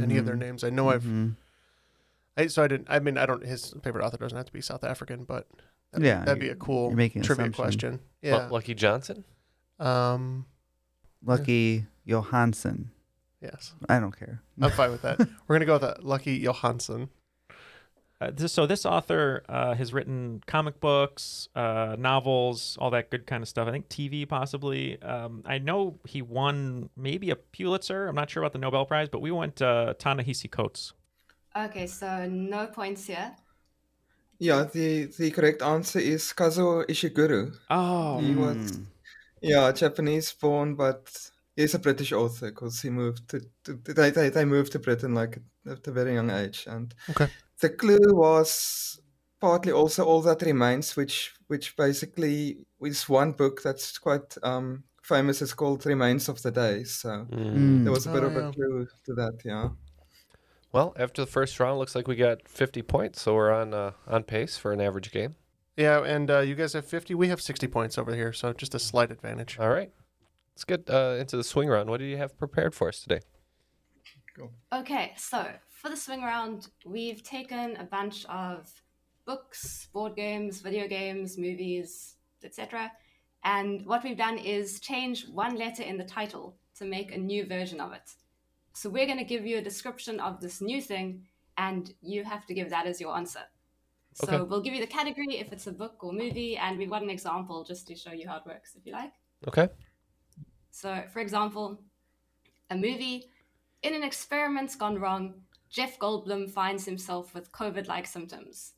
Speaker 1: any of their
Speaker 5: Mhm.
Speaker 1: names. I know
Speaker 5: Mhm.
Speaker 1: I've, I, so I didn't. I mean, I don't. His favorite author doesn't have to be South African, but that'd,
Speaker 5: Yeah,
Speaker 1: that'd be
Speaker 5: you-
Speaker 1: a cool
Speaker 5: you're making an
Speaker 1: trivia
Speaker 5: assumption.
Speaker 1: question.
Speaker 4: Lu-
Speaker 1: Yeah.
Speaker 4: Lucky Johnson?
Speaker 1: Um.
Speaker 5: Lucky Johansson.
Speaker 1: Yes,
Speaker 5: I don't care.
Speaker 1: I'm fine with that.
Speaker 5: <laughs>
Speaker 1: We're gonna go with that. Lucky Johansson.
Speaker 3: Uh, this, so this author uh, has written comic books, uh, novels, all that good kind of stuff. I think TV possibly. Um, I know he won maybe a Pulitzer. I'm not sure about the Nobel Prize, but we went uh, Ta-Nehisi Coates.
Speaker 6: Okay, so no points here.
Speaker 7: Yeah, the the correct answer is Kazuo Ishiguro.
Speaker 3: Oh,
Speaker 7: He was yeah, Japanese born but he's a British author because he moved to, to they, they they moved to Britain like at a very young age, and
Speaker 1: Okay.
Speaker 7: the clue was partly also all that remains, which which basically is one book that's quite um famous. It's called Remains of the Day. So
Speaker 4: Mm.
Speaker 7: there was a bit
Speaker 4: Oh,
Speaker 7: of
Speaker 4: yeah.
Speaker 7: a clue to that, yeah.
Speaker 4: Well, after the first round, looks like we got 50 points, so we're on uh, on pace for an average game.
Speaker 1: Yeah, and uh, you guys have 50. We have 60 points over here, so just a slight advantage.
Speaker 4: All right. Let's get uh, into the swing round. What do you have prepared for us today?
Speaker 6: Okay, so for the swing round, we've taken a bunch of books, board games, video games, movies, etc. And what we've done is change one letter in the title to make a new version of it. So we're going to give you a description of this new thing, and you have to give that as your answer. So
Speaker 4: Okay.
Speaker 6: we'll give you the category if it's a book or movie, and we've got an example just to show you how it works if you like.
Speaker 4: Okay.
Speaker 6: So, for example, a movie in an experiment's gone wrong, Jeff Goldblum finds himself with COVID like symptoms.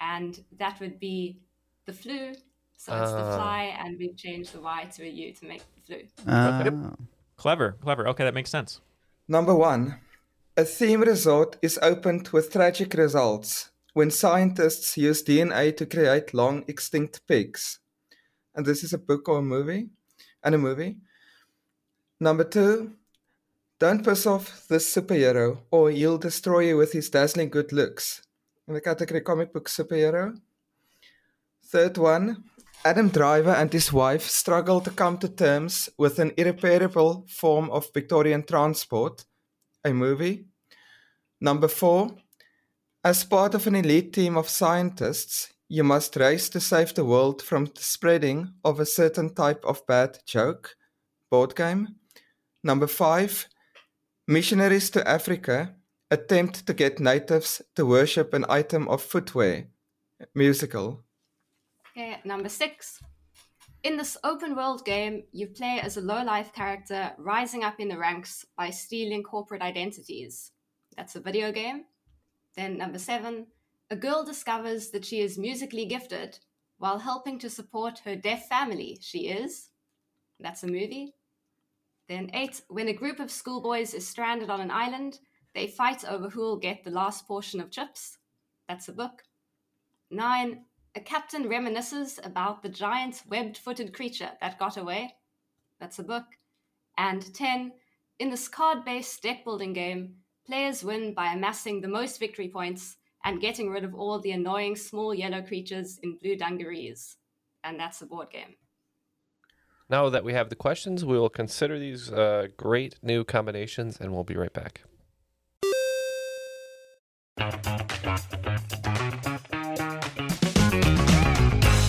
Speaker 6: And that would be the flu. So it's the
Speaker 3: Ah.
Speaker 6: fly, and we've changed the Y to a U to make the flu.
Speaker 5: Ah.
Speaker 3: Clever, clever. Okay, that makes sense.
Speaker 7: Number one, a theme resort is opened with tragic results when scientists use DNA to create long extinct pigs. And this is a book or a movie, and a movie. Number two, don't piss off this superhero or he'll destroy you with his dazzling good looks. In the category comic book superhero. Third one, Adam Driver and his wife struggle to come to terms with an irreparable form of Victorian transport, a movie. Number four, as part of an elite team of scientists, you must race to save the world from the spreading of a certain type of bad joke, board game. Number five, missionaries to Africa attempt to get natives to worship an item of footwear, musical.
Speaker 6: Okay, number six. In this open world game, you play as a low life character rising up in the ranks by stealing corporate identities. That's a video game. Then, number seven. A girl discovers that she is musically gifted while helping to support her deaf family. She is. That's a movie. Then, eight. When a group of schoolboys is stranded on an island, they fight over who will get the last portion of chips. That's a book. 9. A captain reminisces about the giant webbed footed creature that got away. That's a book. And 10. In this card based deck building game, players win by amassing the most victory points and getting rid of all the annoying small yellow creatures in blue dungarees. And that's a board game.
Speaker 4: Now that we have the questions, we will consider these uh, great new combinations, and we'll be right back.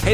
Speaker 8: Hey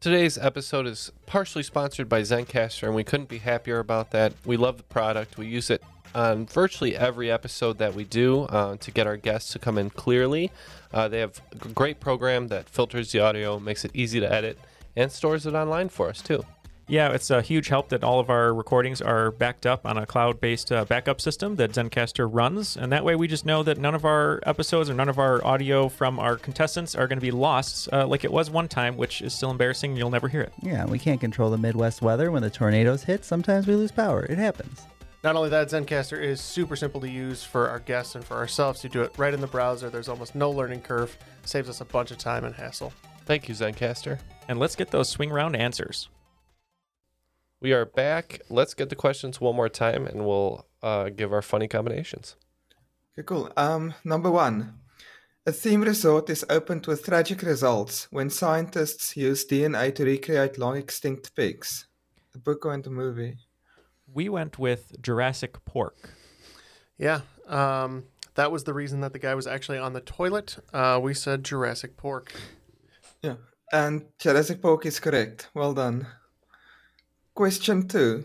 Speaker 4: Today's episode is partially sponsored by Zencaster, and we couldn't be happier about that. We love the product. We use it on virtually every episode that we do uh, to get our guests to come in clearly. Uh, they have a great program that filters the audio, makes it easy to edit, and stores it online for us, too.
Speaker 3: Yeah, it's a huge help that all of our recordings are backed up on a cloud based uh, backup system that Zencaster runs. And that way we just know that none of our episodes or none of our audio from our contestants are going to be lost uh, like it was one time, which is still embarrassing. You'll never hear it.
Speaker 5: Yeah, we can't control the Midwest weather. When the tornadoes hit, sometimes we lose power. It happens.
Speaker 1: Not only that, Zencaster is super simple to use for our guests and for ourselves. You do it right in the browser. There's almost no learning curve. Saves us a bunch of time and hassle.
Speaker 4: Thank you, Zencaster.
Speaker 3: And let's get those swing round answers.
Speaker 4: We are back. Let's get the questions one more time and we'll uh, give our funny combinations.
Speaker 7: Okay, cool. Um, number one A theme resort is opened with tragic results when scientists use DNA to recreate long extinct pigs. The book or in the movie?
Speaker 3: We went with Jurassic Pork.
Speaker 1: Yeah, um, that was the reason that the guy was actually on the toilet. Uh, we said Jurassic Pork.
Speaker 7: Yeah. And Jurassic Park is correct. Well done. Question two.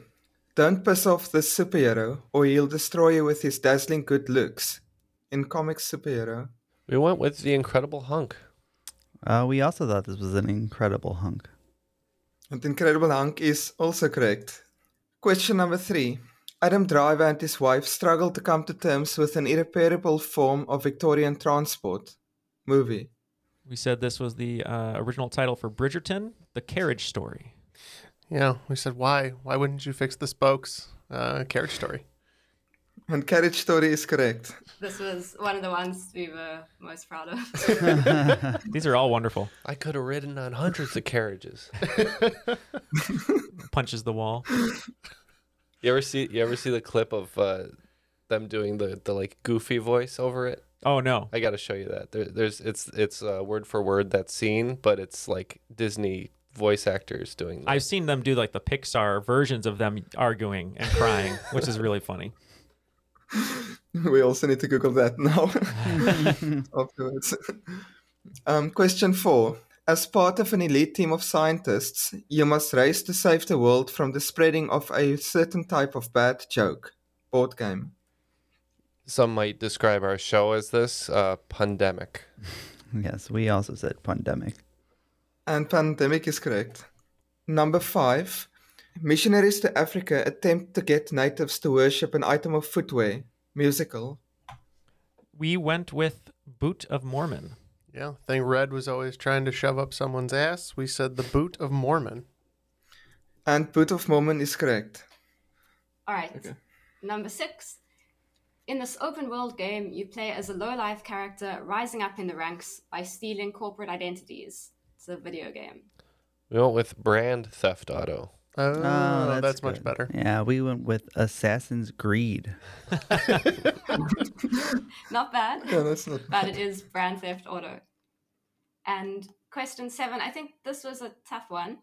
Speaker 7: Don't piss off this superhero or he'll destroy you with his dazzling good looks. In comics superhero.
Speaker 4: We went with the Incredible Hunk.
Speaker 5: Uh, we also thought this was an incredible hunk.
Speaker 7: And Incredible Hunk is also correct. Question number three. Adam Driver and his wife struggle to come to terms with an irreparable form of Victorian transport. Movie.
Speaker 3: We said this was the uh, original title for Bridgerton, The Carriage Story.
Speaker 1: Yeah, we said why? Why wouldn't you fix the spokes? Uh, carriage story.
Speaker 7: And carriage story is correct. <laughs>
Speaker 6: This was one of the ones we were most proud of.
Speaker 3: These are all wonderful.
Speaker 4: I could have ridden on hundreds of carriages. <laughs>
Speaker 3: Punches the wall.
Speaker 4: You ever see? You ever see the clip of uh, them doing the the like goofy voice over it?
Speaker 3: Oh no!
Speaker 4: I got to show you that. There, there's it's it's uh, word for word that scene, but it's like Disney voice actors doing. That.
Speaker 3: I've seen them do like the Pixar versions of them arguing and crying, which is really funny.
Speaker 7: We also need to Google that now. <laughs> Afterwards. Um, question four: As part of an elite team of scientists, you must race to save the world from the spreading of a certain type of bad joke. Board game
Speaker 4: some might describe our show as this uh, pandemic.
Speaker 5: Yes, we also said pandemic.
Speaker 7: And pandemic is correct. Number five missionaries to Africa attempt to get natives to worship an item of footwear, musical.
Speaker 3: We went with Boot of Mormon.
Speaker 1: Yeah, thing Red was always trying to shove up someone's ass. We said the Boot of Mormon.
Speaker 7: And Boot of Mormon is correct.
Speaker 6: All right. Okay. Number six in this open world game, you play as a low-life character rising up in the ranks by stealing corporate identities. It's a video game. <laughs>
Speaker 4: We went with Brand Theft Auto.
Speaker 1: Oh, oh that's, that's much better.
Speaker 5: Yeah, we went with Assassin's
Speaker 1: <laughs>
Speaker 5: Greed.
Speaker 6: not bad.
Speaker 7: Yeah, that's not
Speaker 6: but it is Brand Theft Auto. And question seven, I think this was a tough one.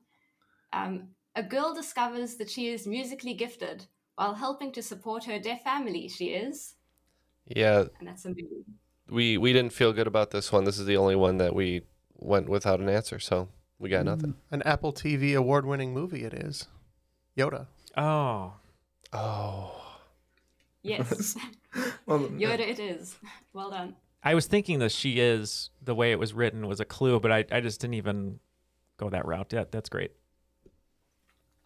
Speaker 6: Um, a girl discovers that she is musically gifted while helping to support her deaf family. She is.
Speaker 4: Yeah.
Speaker 6: And that's amazing.
Speaker 4: We we didn't feel good about this one. This is the only one that we went without an answer, so we
Speaker 1: Mm-hmm.
Speaker 4: got nothing.
Speaker 1: An Apple TV award-winning movie. It is Yoda.
Speaker 3: Oh.
Speaker 4: Oh.
Speaker 6: Yes. well, <laughs> Yoda. It is. Well done.
Speaker 3: I was thinking that she is the way it was written was a clue, but I, I just didn't even go that route. Yeah, that's great.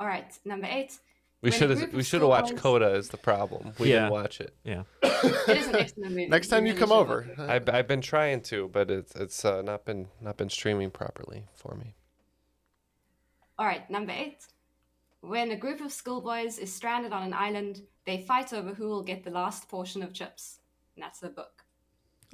Speaker 6: All right, number eight.
Speaker 4: We should have we should have watched Coda is the problem. We yeah. didn't watch <coughs> it.
Speaker 3: Yeah.
Speaker 6: <laughs> it is an excellent movie.
Speaker 1: Next time you, really come over.
Speaker 4: I've, I've been trying to, but it's it's uh, not been not been streaming properly for me.
Speaker 6: All right, number 8. When a group of schoolboys is stranded on an island, they fight over who will get the last portion of chips. And that's the book.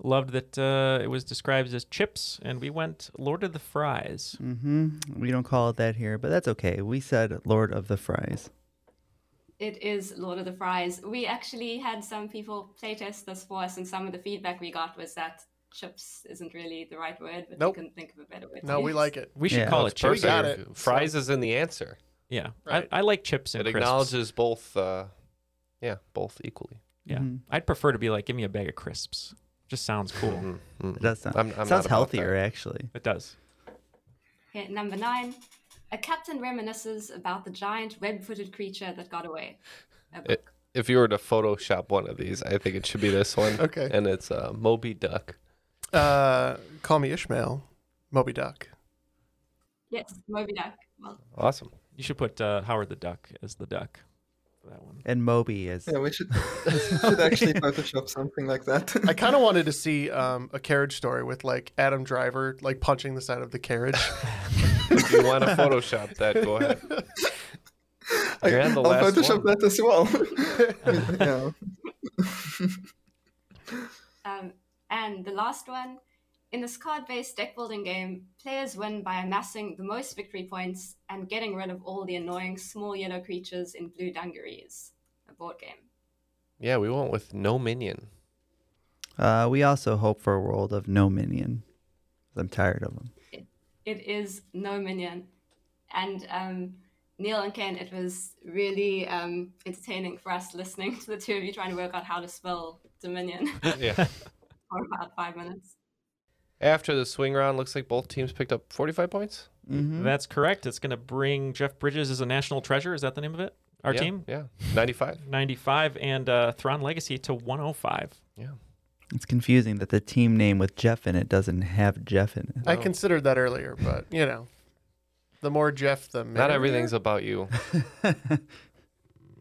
Speaker 3: Loved that uh, it was described as chips, and we went Lord of the Fries.
Speaker 5: Mm-hmm. We don't call it that here, but that's okay. We said Lord of the Fries.
Speaker 6: It is Lord of the Fries. We actually had some people playtest this for us, and some of the feedback we got was that chips isn't really the right word, but nope. we couldn't think of a better word.
Speaker 1: No, we like it.
Speaker 3: We should yeah. Oh, call no, it chips.
Speaker 1: We got it.
Speaker 4: Fries is in the answer.
Speaker 3: Yeah, right. I, I, like chips.
Speaker 4: it
Speaker 3: crisps.
Speaker 4: acknowledges both. Uh, yeah, both equally.
Speaker 3: Yeah, mm-hmm. I'd prefer to be like, give me a bag of crisps. Just sounds cool.
Speaker 5: Mm-hmm. It does sound. I'm, I'm sounds healthier, actually.
Speaker 3: It does.
Speaker 6: Okay, number nine. A captain reminisces about the giant web footed creature that got away.
Speaker 4: It, if you were to Photoshop one of these, I think it should be this
Speaker 3: <laughs>
Speaker 4: one.
Speaker 1: okay.
Speaker 4: And it's uh, Moby Duck.
Speaker 1: Uh, call me Ishmael. Moby Duck.
Speaker 6: Yes, Moby Duck. Well,
Speaker 4: awesome.
Speaker 3: You should put uh, Howard the Duck as the duck.
Speaker 5: and Moby is.
Speaker 7: Yeah, we should, we should actually Photoshop something like that.
Speaker 1: <laughs> I kind of wanted to see um, a carriage story with like Adam Driver like punching the side of the carriage.
Speaker 4: if <laughs> you want to Photoshop that, go
Speaker 7: <laughs>
Speaker 4: ahead. You're on the
Speaker 7: I'll
Speaker 4: last
Speaker 7: Photoshop
Speaker 4: one.
Speaker 7: that as well. <laughs> yeah. <laughs>
Speaker 6: Um, and the last one in this card based deck building game, players win by amassing the most victory points and getting rid of all the annoying small yellow creatures in blue dungarees. A board game.
Speaker 4: Yeah, we went with no minion.
Speaker 5: Uh, we also hope for a world of no minion. 'Cause I'm tired of them.
Speaker 6: It is no minion. And um, Neil and Ken, it was really um, entertaining for us listening <laughs> to the two of you trying to work out how to spell Dominion
Speaker 4: Yeah.
Speaker 6: <laughs> for about five minutes.
Speaker 4: After the swing round, looks like both teams picked up 45 points.
Speaker 5: Mhm.
Speaker 3: That's correct. It's going to bring Jeff Bridges as a national treasure. Is that the name of it? Our
Speaker 4: Yeah,
Speaker 3: team?
Speaker 4: yeah. 95.
Speaker 3: 95 and uh, Thrawn Legacy to 105.
Speaker 4: Yeah.
Speaker 5: It's confusing that the team name with Jeff in it doesn't have Jeff in it.
Speaker 1: I considered that earlier, but you know, the more Jeff, the merrier.
Speaker 4: Not everything's
Speaker 3: <laughs>
Speaker 4: about you.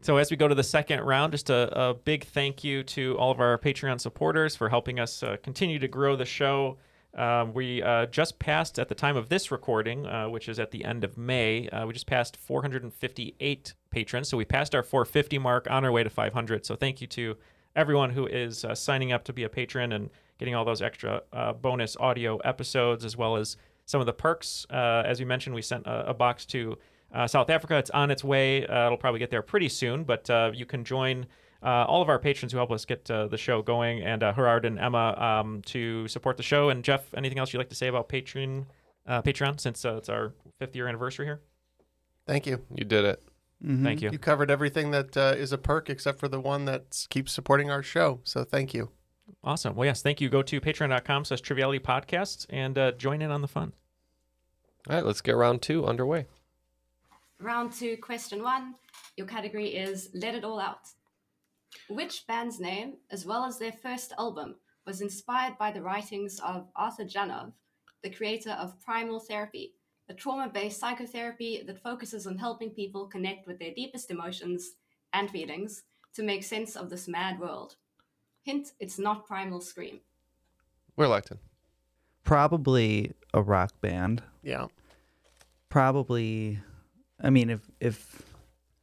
Speaker 3: So as we go to the second round, just a, a big thank you to all of our Patreon supporters for helping us uh, continue to grow the show. Um, we uh, just passed at the time of this recording, uh, which is at the end of May. Uh, we just passed 458 patrons, so we passed our 450 mark on our way to 500. So thank you to everyone who is uh, signing up to be a patron and getting all those extra uh, bonus audio episodes as well as some of the perks. Uh, as you mentioned, we sent a, a box to uh, South Africa. It's on its way. Uh, it'll probably get there pretty soon, but uh, you can join uh, all of our patrons who help us get uh, the show going and uh, Gerard and Emma um, to support the show. And Jeff, anything else you'd like to say about Patreon? Uh, Patreon, since uh, it's our fifth year anniversary here.
Speaker 1: Thank you.
Speaker 4: You did it. Mm-hmm.
Speaker 5: Mhm.
Speaker 3: Thank you.
Speaker 1: You covered everything that uh, is a perk except for the one that s- keeps supporting our show. So thank you.
Speaker 3: Awesome. Well, yes, thank you. Go to patreon.com slash triviality podcasts and uh, join in on the fun.
Speaker 4: All right, let's get round two underway.
Speaker 6: Round two, question one. Your category is Let It All Out. Which band's name, as well as their first album, was inspired by the writings of Arthur Janov, the creator of Primal Therapy, a trauma based psychotherapy that focuses on helping people connect with their deepest emotions and feelings to make sense of this mad world? Hint, it's not Primal Scream.
Speaker 4: We're locked in.
Speaker 5: Probably a rock band.
Speaker 1: Yeah.
Speaker 5: Probably. I mean, if if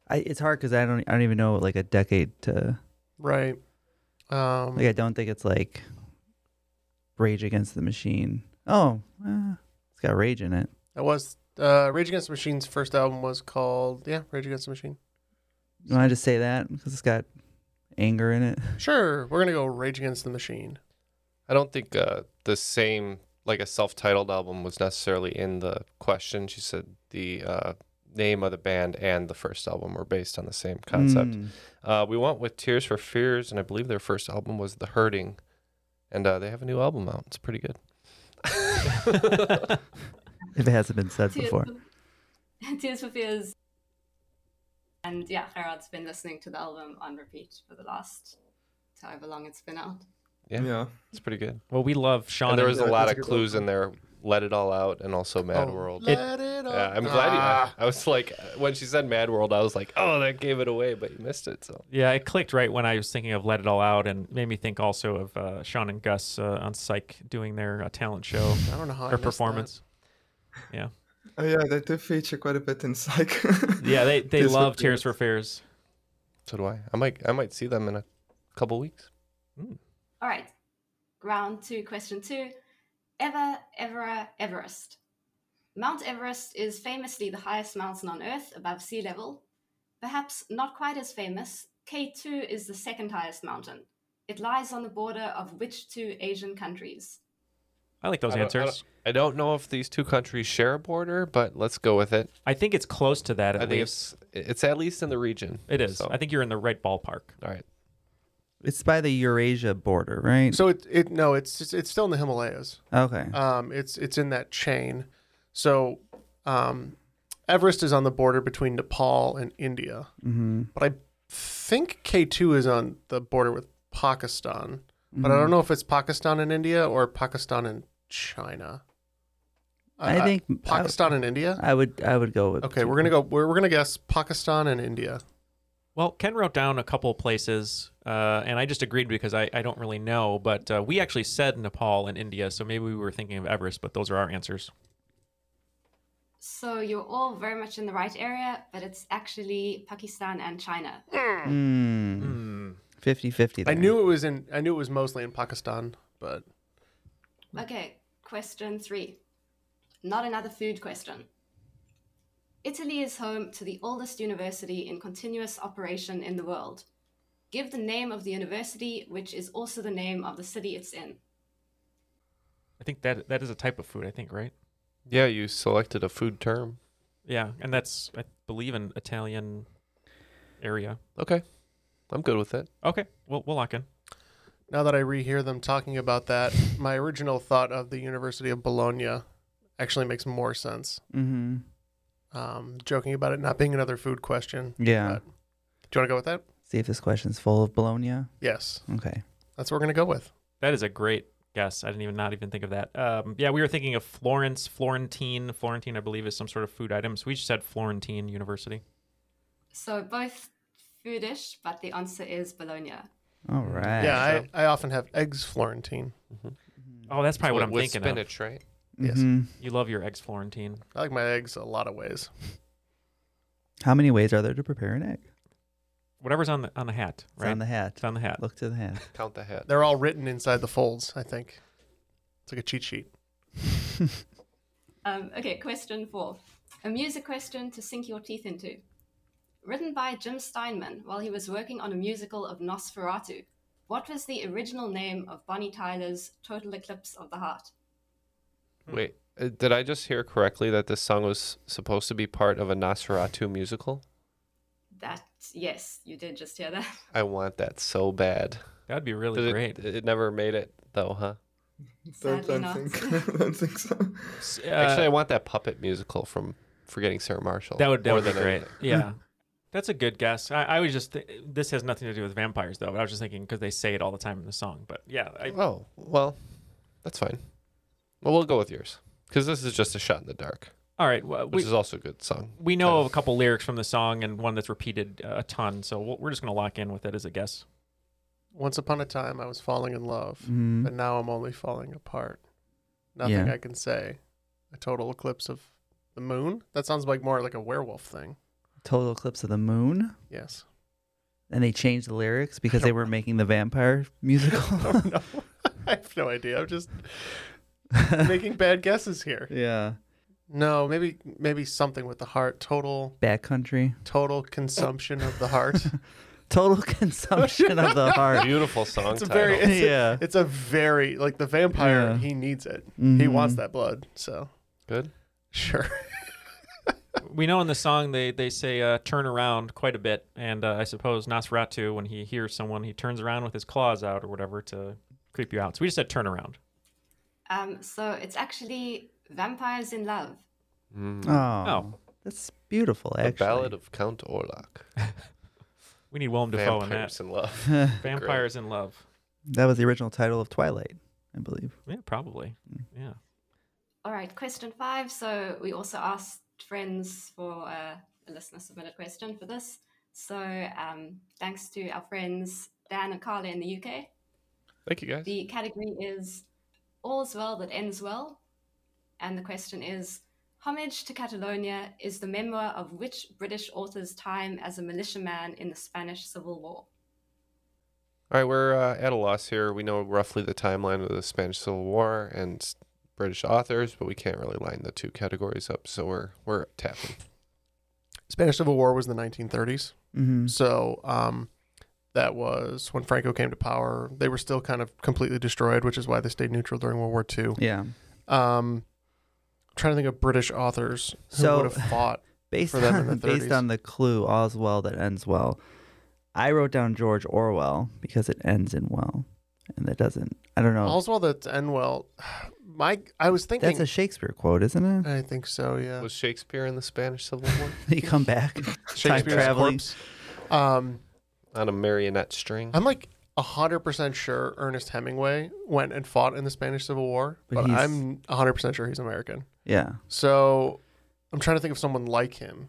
Speaker 5: I, it's hard because I don't I don't even know like a decade to
Speaker 1: Right. Um,
Speaker 5: like I don't think it's like Rage Against the Machine. Oh, uh, it's got Rage in it.
Speaker 1: That was uh, Rage Against the Machine's first album was called yeah Rage Against the Machine.
Speaker 5: You want to just say that because it's got anger in it. <laughs>
Speaker 1: Sure, we're gonna go Rage Against the Machine.
Speaker 4: I don't think uh, the same, like a self titled album, was necessarily in the question. She said the uh, name of the band and the first album were based on the same concept.
Speaker 5: Mm.
Speaker 4: Uh, we went with Tears for Fears, and I believe their first album was The Hurting. And uh, they have a new album out. It's pretty good.
Speaker 3: <laughs>
Speaker 4: <laughs>
Speaker 5: If it hasn't been said
Speaker 6: Tears
Speaker 5: before.
Speaker 6: <laughs> for- Tears for Fears. And yeah, Gerard's been listening to the album on repeat for the last however long it's been out.
Speaker 4: Yeah.
Speaker 7: Yeah.
Speaker 4: It's pretty good.
Speaker 3: Well, we love Sean.
Speaker 4: And there was
Speaker 3: and-
Speaker 4: a lot of clues in there. Let it all out, and also Mad
Speaker 3: Oh,
Speaker 4: World.
Speaker 3: Let
Speaker 1: it
Speaker 4: yeah, I'm glad. You, <laughs> I was like, when she said Mad World, I was like, oh, that gave it away, but you missed it. So
Speaker 3: Yeah, it clicked right when I was thinking of Let It All Out and made me think also of uh, Sean and Gus uh, on Psych doing their uh, talent show.
Speaker 1: I don't know how I
Speaker 3: Or
Speaker 1: missed that.
Speaker 3: performance. Yeah.
Speaker 7: Oh yeah, they do feature quite a bit in Psych.
Speaker 3: Yeah,
Speaker 7: <laughs>
Speaker 3: they, they
Speaker 7: Tears for
Speaker 3: love
Speaker 7: Fears.
Speaker 3: Tears for Fears.
Speaker 4: so do I. I might, I might see them in a couple weeks.
Speaker 6: All right. Round two, question two. Ever, Evera, Everest. Mount Everest is famously the highest mountain on Earth above sea level. Perhaps not quite as famous, K2 is the second highest mountain. It lies on the border of which two Asian countries?
Speaker 3: I like those
Speaker 4: I don't- I
Speaker 3: answers.
Speaker 4: don't- I don't know if these two countries share a border, but let's go with it.
Speaker 3: I think it's close to that. At
Speaker 4: I think
Speaker 3: least.
Speaker 4: it's it's at least in the region.
Speaker 3: It is.
Speaker 4: so-
Speaker 3: I think you're in the right ballpark.
Speaker 4: All right.
Speaker 5: It's by the Eurasia border, right?
Speaker 1: So it, it no, it's it's- it's still in the Himalayas.
Speaker 5: Okay.
Speaker 1: Um, it's it's in that chain. So, um, Everest is on the border between Nepal and India,
Speaker 5: Mhm.
Speaker 1: but I think K two is on the border with Pakistan. But I
Speaker 5: Mhm.
Speaker 1: don't know if it's Pakistan and India or Pakistan and China.
Speaker 5: I think-
Speaker 1: uh, Pakistan and India.
Speaker 5: I would I would go with
Speaker 1: Okay, we're gonna go. We're, we're gonna guess Pakistan and India.
Speaker 3: Well, Ken wrote down a couple places, uh, and I just agreed because I, I don't really know. But uh, we actually said Nepal and India, so maybe we were thinking of Everest, but those are our answers.
Speaker 6: So you're all very much in the right area, but it's actually Pakistan and China.
Speaker 1: Hmm.
Speaker 5: Hmm.
Speaker 3: Hmm.
Speaker 5: 50 50
Speaker 1: I knew it was in. I knew it was mostly in Pakistan, but
Speaker 6: Okay, question three. Not another food question. Italy is home to the oldest university in continuous operation in the world. Give the name of the university, which is also the name of the city it's in.
Speaker 3: I think that that is a type of food. I think right.
Speaker 4: Yeah, you selected a food term.
Speaker 3: Yeah, and that's I believe an Italian area.
Speaker 4: Okay, I'm good with it.
Speaker 3: Okay, we'll we'll lock in.
Speaker 1: now that I rehear them talking about that, my original thought of the University of Bologna actually makes more sense.
Speaker 5: Mm-hmm.
Speaker 1: Um, joking about it not being another food question.
Speaker 5: Yeah.
Speaker 1: but- do you want to go with that?
Speaker 5: See if this question's full of bologna.
Speaker 1: Yes.
Speaker 5: Okay.
Speaker 1: That's what we're gonna go with.
Speaker 3: That is a great guess. I didn't even not even think of that. Um, yeah, we were thinking of Florence, Florentine. Florentine, I believe, is some sort of food item. So we just said Florentine University.
Speaker 6: So both foodish, but the answer is Bologna.
Speaker 5: All
Speaker 1: Mm-hmm.
Speaker 5: right.
Speaker 1: Yeah, I, I often have eggs Florentine.
Speaker 3: Oh, that's probably what I'm
Speaker 4: With
Speaker 3: thinking
Speaker 4: spinach,
Speaker 3: of.
Speaker 4: right?
Speaker 1: Yes.
Speaker 5: Mhm.
Speaker 3: You love your eggs Florentine.
Speaker 1: I like my eggs a lot of ways.
Speaker 5: How many ways are there to prepare an egg?
Speaker 3: Whatever's on the on the hat,
Speaker 5: It's
Speaker 3: right?
Speaker 5: on the hat.
Speaker 3: It's on the hat.
Speaker 5: Look to the hat.
Speaker 4: Count the head.
Speaker 1: They're all written inside the folds, I think. It's like a cheat
Speaker 7: <laughs>
Speaker 1: sheet.
Speaker 6: Um, okay, question four. A music question to sink your teeth into. Written by Jim Steinman while he was working on a musical of Nosferatu. What was the original name of Bonnie Tyler's Total Eclipse of the Heart?
Speaker 3: Hmm.
Speaker 4: Wait, uh, did I just hear correctly that this song was supposed to be part of a Nosferatu musical?
Speaker 6: That, yes, you did just hear that. <laughs>
Speaker 4: I want that so bad.
Speaker 3: That'd be really
Speaker 4: Did it-
Speaker 3: great.
Speaker 4: It, never made it though,
Speaker 5: <laughs>
Speaker 4: huh?
Speaker 6: Sadly
Speaker 7: don't
Speaker 6: not.
Speaker 1: <laughs>
Speaker 7: think. don't <laughs> think so.
Speaker 4: Actually, I want that puppet musical from Forgetting Sarah Marshall.
Speaker 3: uh, That would, that
Speaker 4: more
Speaker 3: would be
Speaker 4: than
Speaker 3: great.
Speaker 4: anything.
Speaker 5: Hmm. <laughs>
Speaker 3: Yeah. That's a good guess. I, I was just, th- this has nothing to do with vampires, though. But I was just thinking because they say it all the time in the song. But yeah. I,
Speaker 4: Oh well, that's fine. Well, we'll go with yours because this is just a shot in the dark.
Speaker 3: All right. Well,
Speaker 4: which
Speaker 3: we-
Speaker 4: is also a good song.
Speaker 3: we know of a couple lyrics from the song and one that's repeated uh, a ton. So we'll, we're just going to lock in with it as a guess.
Speaker 1: Once upon a time, I was falling in love,
Speaker 5: Mhm.
Speaker 1: but now I'm only falling apart. Nothing
Speaker 5: Yeah.
Speaker 1: I can say. A total eclipse of the moon. That sounds like more like a werewolf thing.
Speaker 5: Total eclipse of the moon.
Speaker 1: Yes. <laughs>
Speaker 5: And they changed the lyrics because they were making
Speaker 1: <laughs>
Speaker 5: the vampire musical.
Speaker 1: no, I have no idea. I'm
Speaker 5: <laughs>
Speaker 1: just making bad guesses here.
Speaker 5: yeah.
Speaker 1: No, maybe maybe something with the heart. Total
Speaker 5: <laughs> Backcountry.
Speaker 1: total consumption of the heart.
Speaker 5: <laughs> Total consumption
Speaker 1: <laughs>
Speaker 5: of
Speaker 4: <laughs>
Speaker 5: the heart.
Speaker 4: Beautiful song
Speaker 1: It's a
Speaker 4: title.
Speaker 1: very it's a-
Speaker 5: Yeah.
Speaker 1: it's a very like the vampire.
Speaker 5: Yeah. Mm-hmm.
Speaker 1: He needs it. He wants that blood. So
Speaker 4: Good.
Speaker 1: sure.
Speaker 3: we know in the song they they say uh, turn around quite a bit, and uh, I suppose Nosferatu, when he hears someone, he turns around with his claws out or whatever to creep you out. So we just said turn around.
Speaker 6: <laughs> Um, so it's actually Vampires in Love.
Speaker 5: Oh, that's beautiful.
Speaker 4: The
Speaker 5: Actually,
Speaker 4: Mm-hmm. Ballad of Count Orlok.
Speaker 3: We need Willem Dafoe in that.
Speaker 4: Vampires in Love. <laughs>
Speaker 3: Vampires in love.
Speaker 5: that was the original title of Twilight, I believe.
Speaker 3: Yeah, probably. Yeah.
Speaker 6: All right, question five. So we also asked friends for uh, a listener submitted question for this. So um, thanks to our friends Dan and Carla in the UK.
Speaker 4: Thank you guys.
Speaker 6: The category is All's Well That Ends Well. And the question is Homage to Catalonia is the memoir of which British author's time as a militiaman in the Spanish Civil War?
Speaker 4: All right, we're uh, at a loss here. We know roughly the timeline of the Spanish Civil War and s- British authors, but we can't really line the two categories up, so we're we're tapping.
Speaker 1: Spanish Civil War was in the 1930s.
Speaker 5: Mhm.
Speaker 1: So um, that was when Franco came to power. They were still kind of completely destroyed, which is why they stayed neutral during World War II.
Speaker 5: Yeah.
Speaker 1: Um, I'm trying to think of British authors who
Speaker 5: So,
Speaker 1: would have fought
Speaker 5: <sighs> <laughs> Based
Speaker 1: for them in the
Speaker 5: on
Speaker 1: 30s.
Speaker 5: based on the clue, all's well that ends well. I wrote down George Orwell because it ends in well, and that doesn't. I don't know.
Speaker 1: All's well that end <sighs> well. My, I was thinking.
Speaker 5: That's a Shakespeare quote, isn't it?
Speaker 1: I think so. Yeah.
Speaker 4: Was Shakespeare in the Spanish Civil War?
Speaker 5: <laughs> you
Speaker 1: <laughs>
Speaker 5: come back, time
Speaker 1: Shakespeare's
Speaker 5: traveling.
Speaker 1: corpse. Um,
Speaker 4: On a marionette string?
Speaker 1: I'm like hundred percent sure Ernest Hemingway went and fought in the Spanish Civil War,
Speaker 5: But
Speaker 1: but,
Speaker 5: he's-
Speaker 1: I'm I'm hundred percent sure he's American.
Speaker 5: Yeah.
Speaker 1: So I'm trying to think of someone like him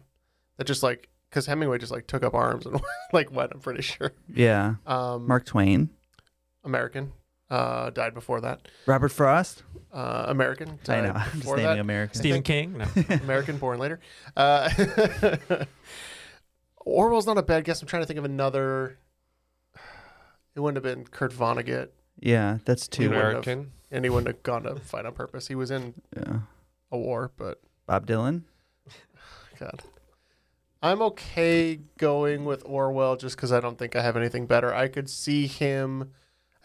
Speaker 1: that just like because Hemingway just like took up arms and <laughs> like what I'm pretty sure.
Speaker 5: Yeah.
Speaker 1: Um,
Speaker 5: Mark Twain.
Speaker 1: American. Uh, died before that.
Speaker 5: Robert Frost.
Speaker 1: Uh, American.
Speaker 5: I
Speaker 1: died
Speaker 5: know. <laughs> I'm just
Speaker 1: before
Speaker 5: naming
Speaker 1: that.
Speaker 5: American.
Speaker 3: Stephen King? No.
Speaker 1: <laughs>
Speaker 5: <laughs>
Speaker 1: American, born later. Uh, <laughs> Orwell's not a bad guess. I'm trying to think of another. It wouldn't have been Kurt Vonnegut.
Speaker 5: Yeah, that's
Speaker 1: He
Speaker 5: two.
Speaker 1: wouldn't have- and he wouldn't have gone to fight on purpose. He was in
Speaker 5: Yeah.
Speaker 1: a war, but
Speaker 5: Bob Dylan.
Speaker 1: God. I'm okay going with Orwell just because I don't think I have anything better. I could see him.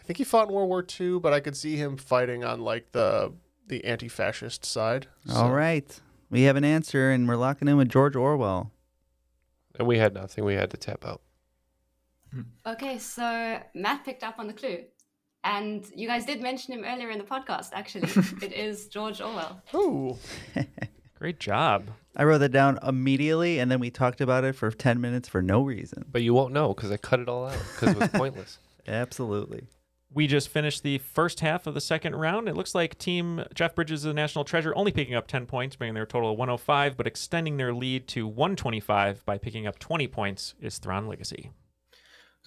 Speaker 1: I think he fought in World War II, but I could see him fighting on like the the anti-fascist side.
Speaker 5: All right. We have an answer, and we're locking in with George Orwell.
Speaker 4: And we had nothing. We had to tap out.
Speaker 6: Okay, so Matt picked up on the clue. And you guys did mention him earlier in the podcast, <laughs> actually. it is George Orwell.
Speaker 5: <laughs>
Speaker 1: Ooh.
Speaker 3: Great job.
Speaker 5: I wrote that down immediately, and then we talked about it for 10 minutes for no reason.
Speaker 4: But you won't know because I cut it all out
Speaker 5: <laughs>
Speaker 4: because it was pointless.
Speaker 5: Absolutely.
Speaker 3: We just finished the first half of the second round. It looks like Team Jeff Bridges of the National Treasure only picking up 10 points, bringing their total of 105, but extending their lead to 125 by picking up 20 points is Thrawn Legacy.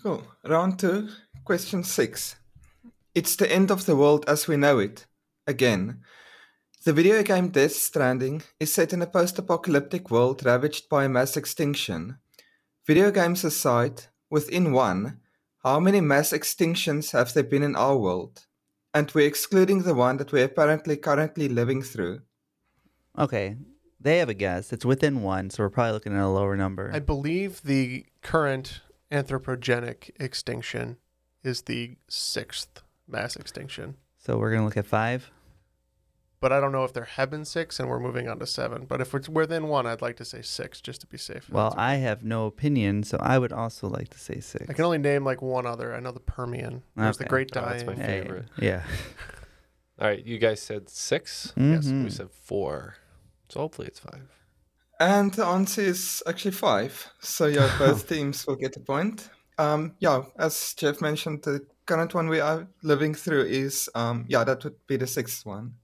Speaker 7: Cool. Round two, question six. It's the end of the world as we know it. Again. The video game Death Stranding is set in a post apocalyptic world ravaged by mass extinction. Video games aside, within one, how many mass extinctions have there been in our world? And we're excluding the one that we're apparently currently living through.
Speaker 5: Okay. They have a guess. It's within one, so we're probably looking at a lower number.
Speaker 1: I believe the current anthropogenic extinction is the sixth mass extinction,
Speaker 5: so we're going to look at five.
Speaker 1: but I don't know if there have been six, and we're moving on to seven. But if it's within one, I'd like to say six just to be safe.
Speaker 5: Well, I have no opinion, so I would also like to say six.
Speaker 1: I can only name like one other. I know the Permian. There's the
Speaker 5: Okay.
Speaker 1: Great
Speaker 4: Oh,
Speaker 1: Dying.
Speaker 4: that's my favorite.
Speaker 5: Yeah. Mm-hmm.
Speaker 4: All right, you guys said 6 Yes, we
Speaker 7: Mhm.
Speaker 4: said four. So hopefully it's five.
Speaker 7: And the answer is actually five. So yeah, both teams will get a point. Um, yeah, as Jeff mentioned, the current one we are living through is um, yeah, that would be the sixth one.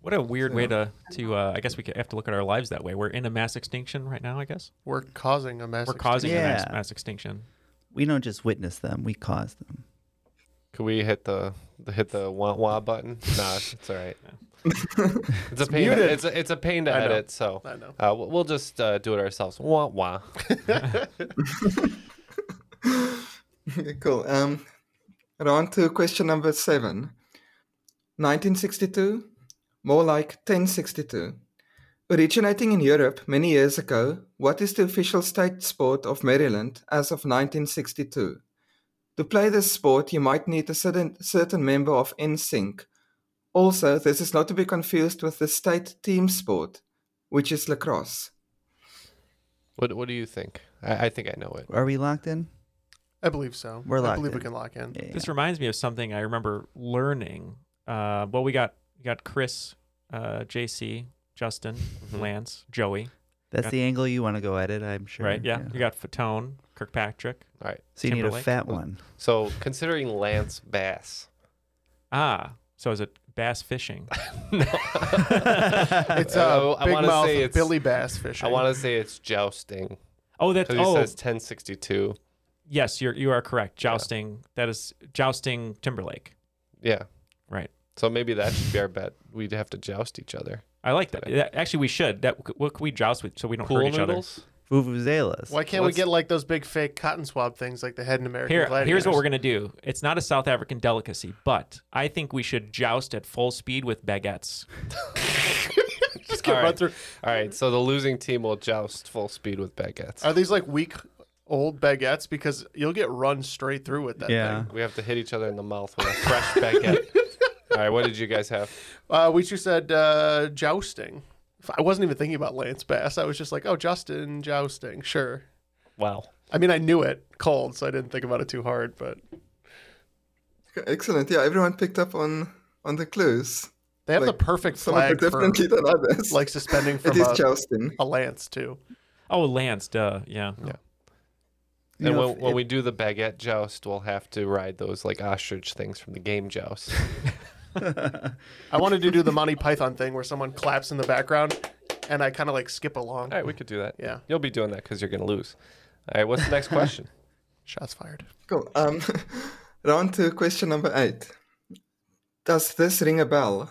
Speaker 3: What a weird way to, to uh, I guess we could have to look at our lives that way. We're in a mass extinction right now, I guess.
Speaker 1: We're causing a mass
Speaker 3: We're causing a mass,
Speaker 5: Yeah.
Speaker 3: mass extinction.
Speaker 5: We don't just witness them, we cause them.
Speaker 4: Could we hit the the- hit the wah wah
Speaker 1: <laughs>
Speaker 4: button? Nah, it's
Speaker 5: <laughs>
Speaker 4: all right. it's a
Speaker 1: It's
Speaker 4: pain.
Speaker 1: muted.
Speaker 4: To, it's a, it's a pain to
Speaker 1: I know.
Speaker 4: edit. So
Speaker 1: I know.
Speaker 4: Uh, we'll, we'll just
Speaker 1: <laughs>
Speaker 4: uh, do it ourselves. Wah wah.
Speaker 7: Okay, <laughs> cool. Um, round to question number seven. 1962, more like 1062. Originating in Europe many years ago, what is the official state sport of Maryland as of 1962? To play this sport, you might need a certain, certain member of NSYNC. Also, this is not to be confused with the state team sport, which is lacrosse.
Speaker 4: What what do you think? I, I think I know it.
Speaker 5: Are we locked in?
Speaker 1: I believe so.
Speaker 5: We're
Speaker 1: I
Speaker 5: locked
Speaker 1: believe we
Speaker 5: in.
Speaker 1: can lock in.
Speaker 3: This reminds me of something I remember learning. Uh, well, we got we got Chris, uh, JC, Justin,
Speaker 1: Mm-hmm.
Speaker 3: Lance, Joey.
Speaker 5: That's
Speaker 3: Got-
Speaker 5: the angle you want to go at it, I'm sure.
Speaker 3: right. Yeah. you got Fatone, Kirkpatrick.
Speaker 4: All right.
Speaker 5: So you need a
Speaker 3: Timberlake.
Speaker 5: fat one.
Speaker 4: So considering Lance Bass,
Speaker 3: Ah, so is it bass
Speaker 4: <laughs>
Speaker 3: fishing? <laughs>
Speaker 1: It's uh,
Speaker 4: I
Speaker 1: big
Speaker 4: wanna
Speaker 1: mouth
Speaker 4: say it's-
Speaker 1: Billy Bass fishing.
Speaker 4: I want to say it's jousting.
Speaker 3: Oh, that's-
Speaker 4: 'Cause he
Speaker 3: oh.
Speaker 4: says 1062.
Speaker 3: yes, you're you are correct. Jousting. That is jousting Timberlake.
Speaker 4: Yeah.
Speaker 3: Right.
Speaker 4: So maybe that should be our bet. We'd have to joust each other.
Speaker 3: I like that. that. Actually, we should. That what can we joust with so we don't
Speaker 4: Pool
Speaker 3: hurt each
Speaker 4: noodles?
Speaker 5: other? Vuvuzelas.
Speaker 1: Why can't
Speaker 3: Let's-
Speaker 1: we get like those big fake cotton swab things like the head in American
Speaker 3: Here,
Speaker 1: Gladiators?
Speaker 3: here's what we're gonna do. It's not a South African delicacy, but I think we should joust at full speed with baguettes. <laughs>
Speaker 4: Just
Speaker 1: get
Speaker 4: All
Speaker 1: run
Speaker 4: right. All right. So the losing team will joust full speed with baguettes.
Speaker 1: Are these like weak old baguettes? Because you'll get run straight through with that thing.
Speaker 4: We have to hit each other in the mouth with a fresh baguette. All right. What did you guys have?
Speaker 1: Uh, we just said uh, jousting. I wasn't even thinking about Lance Bass. I was just like, oh, Justin jousting. Sure.
Speaker 4: Wow.
Speaker 1: I mean, I knew it cold, so I didn't think about it too hard. But
Speaker 7: Okay, Excellent. Yeah, everyone picked up on on the clues.
Speaker 1: They have
Speaker 7: Like,
Speaker 1: the perfect
Speaker 7: some of
Speaker 1: flag
Speaker 7: it definitely
Speaker 1: for
Speaker 7: than others.
Speaker 1: like suspending from
Speaker 7: <laughs> it is
Speaker 1: a,
Speaker 7: jousting.
Speaker 1: a lance too.
Speaker 3: Oh, Lance, duh, yeah.
Speaker 4: Yeah.
Speaker 7: You
Speaker 4: And
Speaker 7: know,
Speaker 4: when,
Speaker 7: if
Speaker 4: when
Speaker 7: it-
Speaker 4: we do the baguette joust, we'll have to ride those like ostrich things from the game joust.
Speaker 1: I wanted to do the Monty Python thing where someone claps in the background, and I kind of like skip along.
Speaker 4: All right, we could do that.
Speaker 1: Yeah.
Speaker 4: You'll be doing that because you're going to lose. All right, what's the next question?
Speaker 1: Shots fired.
Speaker 7: Cool. Um, <laughs> round two, question number eight. Does this ring a bell?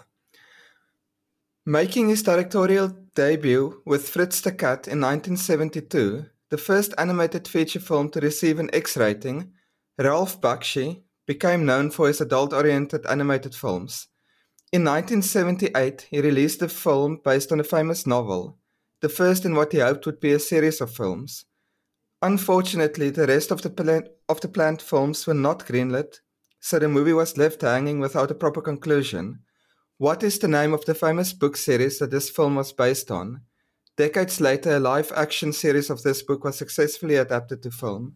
Speaker 7: Making his directorial debut with Fritz the Cat in 1972, the first animated feature film to receive an X rating, Ralph Bakshi became known for his adult oriented animated films. In 1978, he released a film based on a famous novel, the first in what he hoped would be a series of films. Unfortunately, the rest of the, plan- of the planned films were not greenlit, so the movie was left hanging without a proper conclusion. What is the name of the famous book series that this film was based on? Decades later, a live action series of this book was successfully adapted to film.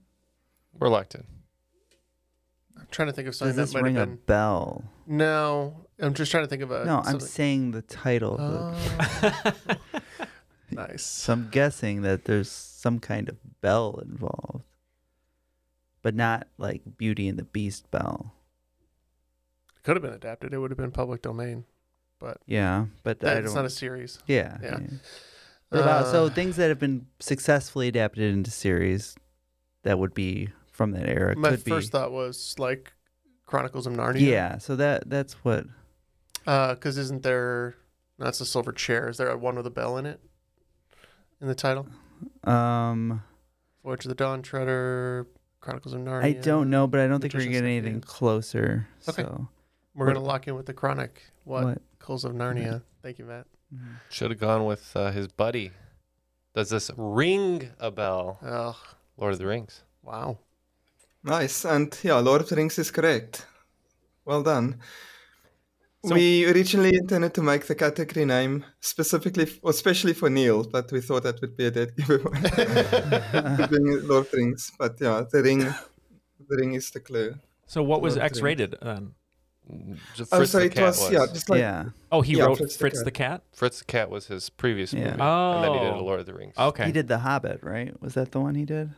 Speaker 4: We're locked in.
Speaker 1: I'm trying to think of
Speaker 5: Does
Speaker 1: something
Speaker 5: this
Speaker 1: that might
Speaker 5: ring a
Speaker 1: have been.
Speaker 5: bell?
Speaker 1: No, I'm just trying to think of a.
Speaker 5: no, I'm
Speaker 1: Uh, something- Oh.
Speaker 5: saying the title. of the- <laughs>
Speaker 1: nice.
Speaker 5: So I'm guessing that there's some kind of bell involved, but not like Beauty and the Beast bell.
Speaker 1: It could have been adapted. It would have been public domain, but
Speaker 5: Yeah, but I
Speaker 1: that's
Speaker 5: don't-
Speaker 1: not a series.
Speaker 5: Yeah.
Speaker 1: yeah.
Speaker 5: What about- so
Speaker 1: Uh,
Speaker 5: things that have been successfully adapted into series that would be from that era
Speaker 1: My
Speaker 5: could be.
Speaker 1: first thought was like Chronicles of Narnia.
Speaker 5: yeah. So that that's what.
Speaker 1: Because isn't there? That's a silver chair. Is there a one with a bell in it? In the title,
Speaker 5: Um,
Speaker 1: Voyage of the Dawn Treader, Chronicles of Narnia.
Speaker 5: I don't know, but I don't think we're
Speaker 1: Witches of
Speaker 5: getting
Speaker 1: Scotia.
Speaker 5: anything closer.
Speaker 1: Okay.
Speaker 5: So
Speaker 1: We're gonna lock in with the chronic. What?
Speaker 5: What?
Speaker 1: Coals of Narnia. Thank you, Matt.
Speaker 4: Should have gone with uh, his buddy. Does this ring a bell?
Speaker 1: Oh,
Speaker 4: Lord of the Rings.
Speaker 1: Wow.
Speaker 7: Nice. And yeah, Lord of the Rings is correct. Well done. we originally intended to make the category name specifically, f- or especially for Neil, but we thought that would be a dead <laughs> giveaway. Being Lord of the Rings, but yeah, the ring, the ring is the clue.
Speaker 3: So what was
Speaker 7: Lord of the Rings.
Speaker 3: X-rated then?
Speaker 4: Just
Speaker 7: Oh, so it was, yeah, just like
Speaker 3: Oh, he
Speaker 7: yeah,
Speaker 3: wrote Fritz, the, cat.
Speaker 4: Fritz the Cat was his previous
Speaker 5: Yeah.
Speaker 4: movie. And then he did
Speaker 3: Oh.
Speaker 4: a Lord of the Rings.
Speaker 5: He did The Hobbit, right? Was that the one he did?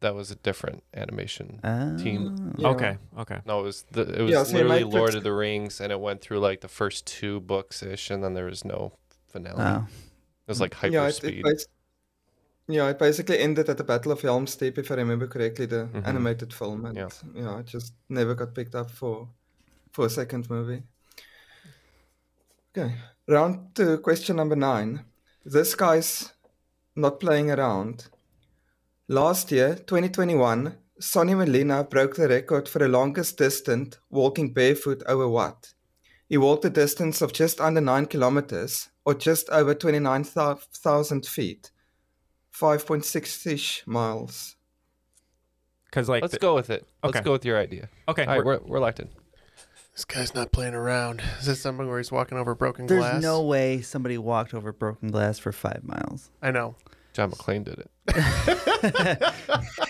Speaker 4: That was a different animation
Speaker 5: Oh.
Speaker 4: team.
Speaker 5: Yeah. Okay,
Speaker 3: okay.
Speaker 4: No, it was the, it was
Speaker 7: Yeah, so you
Speaker 4: literally
Speaker 7: might
Speaker 4: Lord
Speaker 7: fix-
Speaker 4: of the Rings, and it went through like the first two books ish, and then there was no finale.
Speaker 5: Oh.
Speaker 4: It was like hyper
Speaker 7: Mm. Yeah, it,
Speaker 4: speed.
Speaker 7: it bas- yeah, it basically ended at the Battle of Helm's Deep, if I remember correctly, the
Speaker 4: Mhm.
Speaker 7: animated film, and yeah. it just never got picked up for for a second movie. Okay, round two, question number nine. This guy's not playing around. Last year, 2021, Sonny Molina broke the record for the longest distance walking barefoot over what? He walked a distance of just under 9 kilometers, or just over 29,000 feet, 5.6 ish miles.
Speaker 3: Because like,
Speaker 4: Let's
Speaker 3: the-
Speaker 4: go with it. Let's
Speaker 3: Okay.
Speaker 4: go with your idea.
Speaker 3: Okay,
Speaker 4: All right,
Speaker 3: we're-
Speaker 4: we're, we're locked in.
Speaker 1: This guy's not playing around. Is this something where he's walking over broken
Speaker 5: There's
Speaker 1: glass?
Speaker 5: no way somebody walked over broken glass for five miles.
Speaker 1: I know.
Speaker 4: John McClane did it.
Speaker 5: <laughs>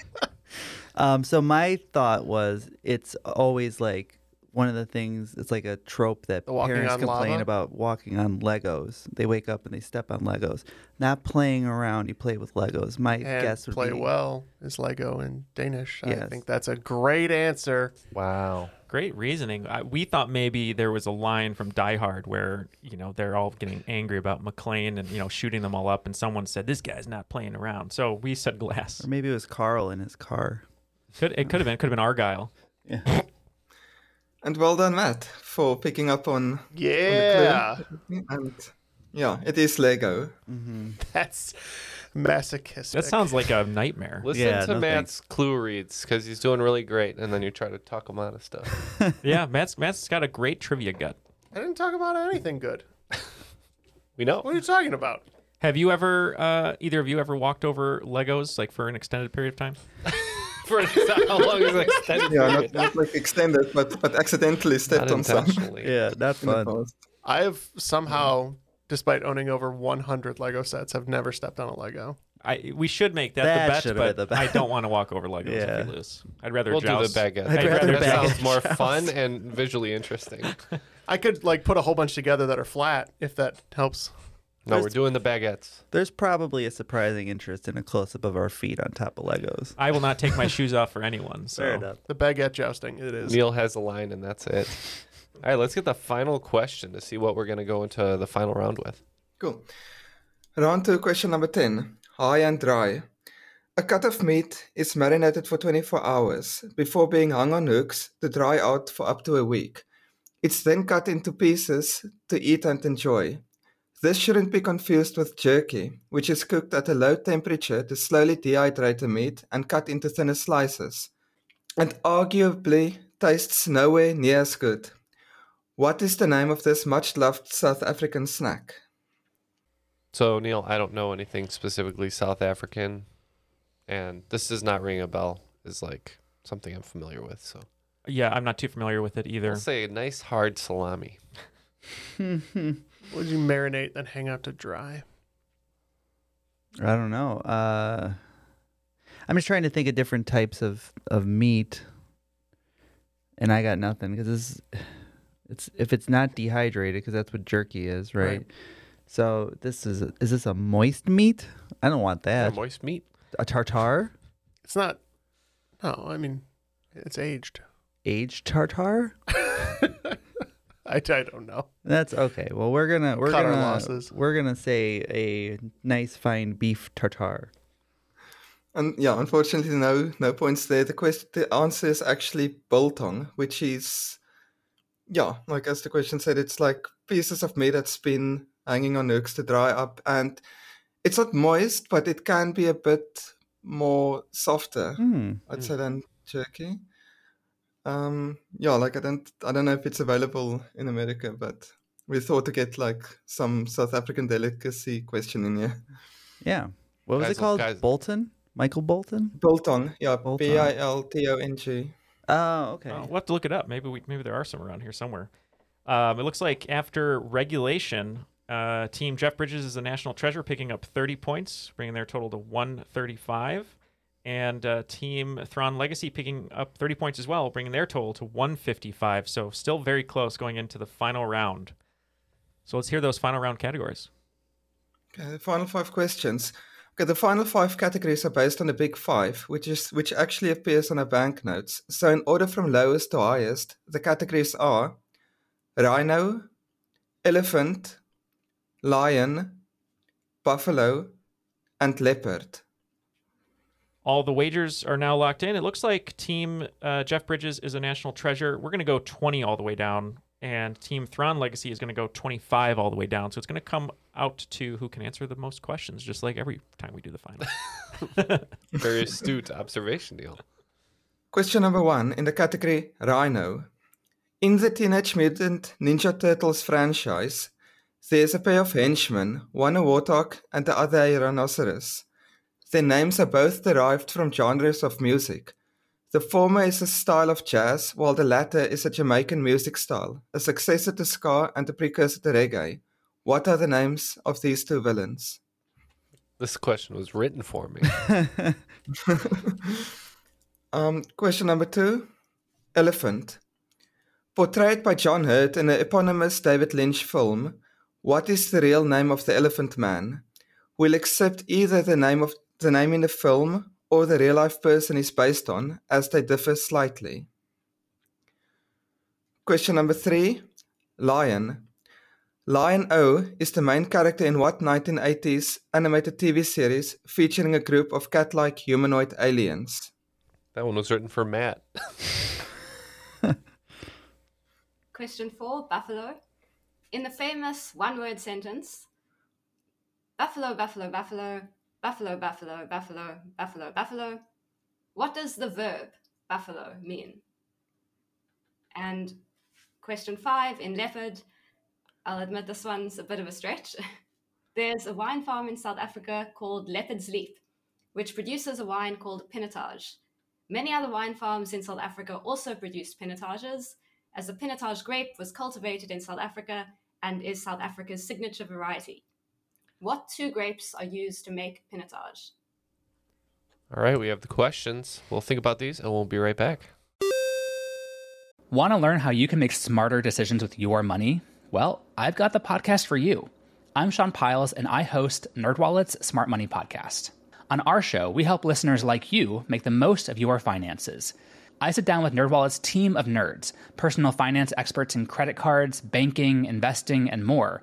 Speaker 5: Um, so my thought was, it's always like one of the things. It's like a trope that
Speaker 1: The walking
Speaker 5: parents
Speaker 1: on
Speaker 5: complain
Speaker 1: lava?
Speaker 5: about walking on Legos. They wake up and they step on Legos. Not playing around. You play with Legos. My
Speaker 1: And
Speaker 5: guess would
Speaker 1: play
Speaker 5: be
Speaker 1: well is Lego in Danish. I
Speaker 5: Yes.
Speaker 1: think that's a <laughs> great answer.
Speaker 4: Wow.
Speaker 3: Great reasoning. I, we thought maybe there was a line from Die Hard where you know they're all getting angry about McLean and you know shooting them all up, and someone said this guy's not playing around. So we said glass.
Speaker 5: Or maybe it was Carl in his car.
Speaker 3: Could it could have been could have been Argyle.
Speaker 7: And well done, Matt, for picking up on. on the clue.
Speaker 1: <laughs> Yeah.
Speaker 7: And yeah, it is Lego.
Speaker 1: That's masochistic.
Speaker 3: That sounds like
Speaker 4: <laughs>
Speaker 3: a nightmare.
Speaker 4: Listen to Matt's clue reads because he's doing really great, and then you try to talk him out
Speaker 5: <laughs>
Speaker 4: of stuff.
Speaker 3: yeah, Matt's Matt's got a great trivia gut.
Speaker 1: I didn't talk about anything good.
Speaker 4: We
Speaker 3: Oh.
Speaker 4: know.
Speaker 1: What are you talking about?
Speaker 3: Have you ever, uh, either of you ever walked over Legos like for an extended period of time?
Speaker 4: <laughs> For <laughs> how long is it extended?
Speaker 7: <laughs> Yeah, not, not like extended, but, but accidentally stepped on some. <laughs>
Speaker 5: Yeah, not
Speaker 7: In the
Speaker 5: fun.
Speaker 7: past.
Speaker 1: I have somehow, despite owning over 100 Lego sets, have never stepped on a Lego.
Speaker 3: I we should make that,
Speaker 5: That
Speaker 3: the
Speaker 5: should
Speaker 3: bet, but
Speaker 5: have been the bet.
Speaker 3: I don't want to walk over Legos if
Speaker 5: Yeah.
Speaker 3: we lose. I'd rather
Speaker 4: We'll
Speaker 3: joust.
Speaker 4: do the baguette.
Speaker 3: I'd, rather,
Speaker 4: that
Speaker 3: baguette.
Speaker 4: sounds more fun and visually interesting. No,
Speaker 1: I could like put a whole bunch together that are flat if that helps.
Speaker 4: we're doing the baguettes.
Speaker 5: There's probably a surprising interest in a close up of our feet on top of Legos.
Speaker 3: I will not
Speaker 5: <laughs>
Speaker 3: take my shoes off for anyone. So
Speaker 5: Fair enough.
Speaker 1: The baguette jousting, it is.
Speaker 4: Neil has a line, and that's it. All right, let's get the final question to see what we're going to go into the final round with.
Speaker 7: Cool. Round two, question number 10 high and dry. A cut of meat is marinated for 24 hours before being hung on hooks to dry out for up to a week. It's then cut into pieces to eat and enjoy. This shouldn't be confused with jerky, which is cooked at a low temperature to slowly dehydrate the meat and cut into thinner slices, and arguably tastes nowhere near as good. What is the name of this much loved South African snack?
Speaker 4: So, Neil, I don't know anything specifically South African, and this does not ring a bell. Is like something I'm familiar with. So,
Speaker 3: Yeah, I'm not too familiar with it either.
Speaker 4: I'll say a nice hard salami.
Speaker 1: Would you marinate then hang out to dry?
Speaker 5: I don't know. Uh, I'm just trying to think of different types of, of meat, and I got nothing because this, it's if it's not dehydrated because that's what jerky is, right?
Speaker 4: Right.
Speaker 5: So this is is this a moist meat? I don't want that.
Speaker 4: moist meat.
Speaker 5: A tartar,
Speaker 1: It's not. No, I mean, it's aged.
Speaker 5: aged tartar.
Speaker 1: <laughs> I, I don't know.
Speaker 5: That's okay. Well, we're gonna we're
Speaker 1: Cut our
Speaker 5: gonna
Speaker 1: losses.
Speaker 5: we're gonna say a nice fine beef tartar.
Speaker 7: And yeah, unfortunately, no no points there. The question, the answer is actually biltong, which is, yeah, like as the question said, it's like pieces of meat that's been hanging on hooks to dry up, and it's not moist, but it can be a bit more softer,
Speaker 5: Hmm.
Speaker 7: I'd say, than jerky. Um, yeah, like I don't I don't know if it's available in America, but we thought to get like some South African delicacy question in here.
Speaker 5: Yeah. What was
Speaker 7: Guys,
Speaker 5: it called?
Speaker 7: guys-
Speaker 5: Bolton. Michael Bolton.
Speaker 7: Biltong, yeah, B I uh, L T O N G.
Speaker 5: Oh, okay.
Speaker 3: Uh, we'll have to look it up. Maybe we maybe there are some around here somewhere. Um, it looks like after regulation, uh, team Jeff Bridges is the national treasure, picking up 30 points, bringing their total to 135, and uh, team Thrawn Legacy picking up 30 points as well, bringing their total to 155. So still very close going into the final round. So let's hear those final round categories.
Speaker 7: Okay, the final five questions. Okay, the final five categories are based on the big five, which is which actually appears on our banknotes. So in order from lowest to highest, the categories are rhino, elephant, lion, buffalo, and leopard.
Speaker 3: All the wagers are now locked in. It looks like Team uh, Jeff Bridges is a national treasure. We're going to go 20 all the way down, and Team Thrawn Legacy is going to go 25 all the way down. So it's going to come out to who can answer the most questions, just like every time we do the final.
Speaker 4: Very astute <laughs> observation, Neil.
Speaker 7: Question number one in the category Rhino. In the Teenage Mutant Ninja Turtles franchise, there's a pair of henchmen, one a warthog and the other a rhinoceros. Their names are both derived from genres of music. The former is a style of jazz, while the latter is a Jamaican music style, a successor to ska and a precursor to reggae. What are the names of these two villains?
Speaker 4: This question was written for me.
Speaker 7: <laughs> Um, question number two Elephant. Portrayed by John Hurt in the eponymous David Lynch film, what is the real name of the Elephant Man? We'll accept either the name of the name in the film or the real life person is based on, as they differ slightly. Question number three Lion. Lion O is the main character in what 1980s animated TV series featuring a group of cat like humanoid aliens?
Speaker 4: That one was written for Matt. <laughs>
Speaker 6: Question four Buffalo. In the famous one word sentence, Buffalo, Buffalo, Buffalo, Buffalo, Buffalo, Buffalo, Buffalo, Buffalo, what does the verb buffalo mean? And question five in Leopard, I'll admit this one's a bit of a stretch. <laughs> There's a wine farm in South Africa called Leopard's Leap, which produces a wine called Pinotage. Many other wine farms in South Africa also produced Pinotages, as the Pinotage grape was cultivated in South Africa and is South Africa's signature variety. What two grapes are used to make Pinotage?
Speaker 4: All right, we have the questions. We'll think about these and we'll be right back.
Speaker 9: Want to learn how you can make smarter decisions with your money? Well, I've got the podcast for you. I'm Sean Piles and I host NerdWallet's Smart Money Podcast. On our show, we help listeners like you make the most of your finances. I sit down with NerdWallet's team of nerds, personal finance experts in credit cards, banking, investing, and more.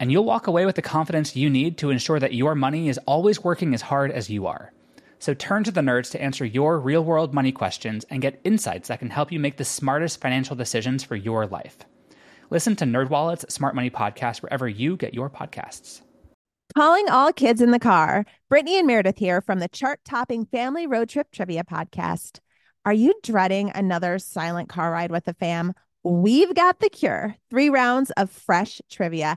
Speaker 9: And you'll walk away with the confidence you need to ensure that your money is always working as hard as you are. So turn to the nerds to answer your real world money questions and get insights that can help you make the smartest financial decisions for your life. Listen to NerdWallet's Smart Money Podcast wherever you get your podcasts.
Speaker 10: Calling all kids in the car. Brittany and Meredith here from the chart topping Family Road Trip Trivia Podcast. Are you dreading another silent car ride with the fam? We've got the cure. Three rounds of fresh trivia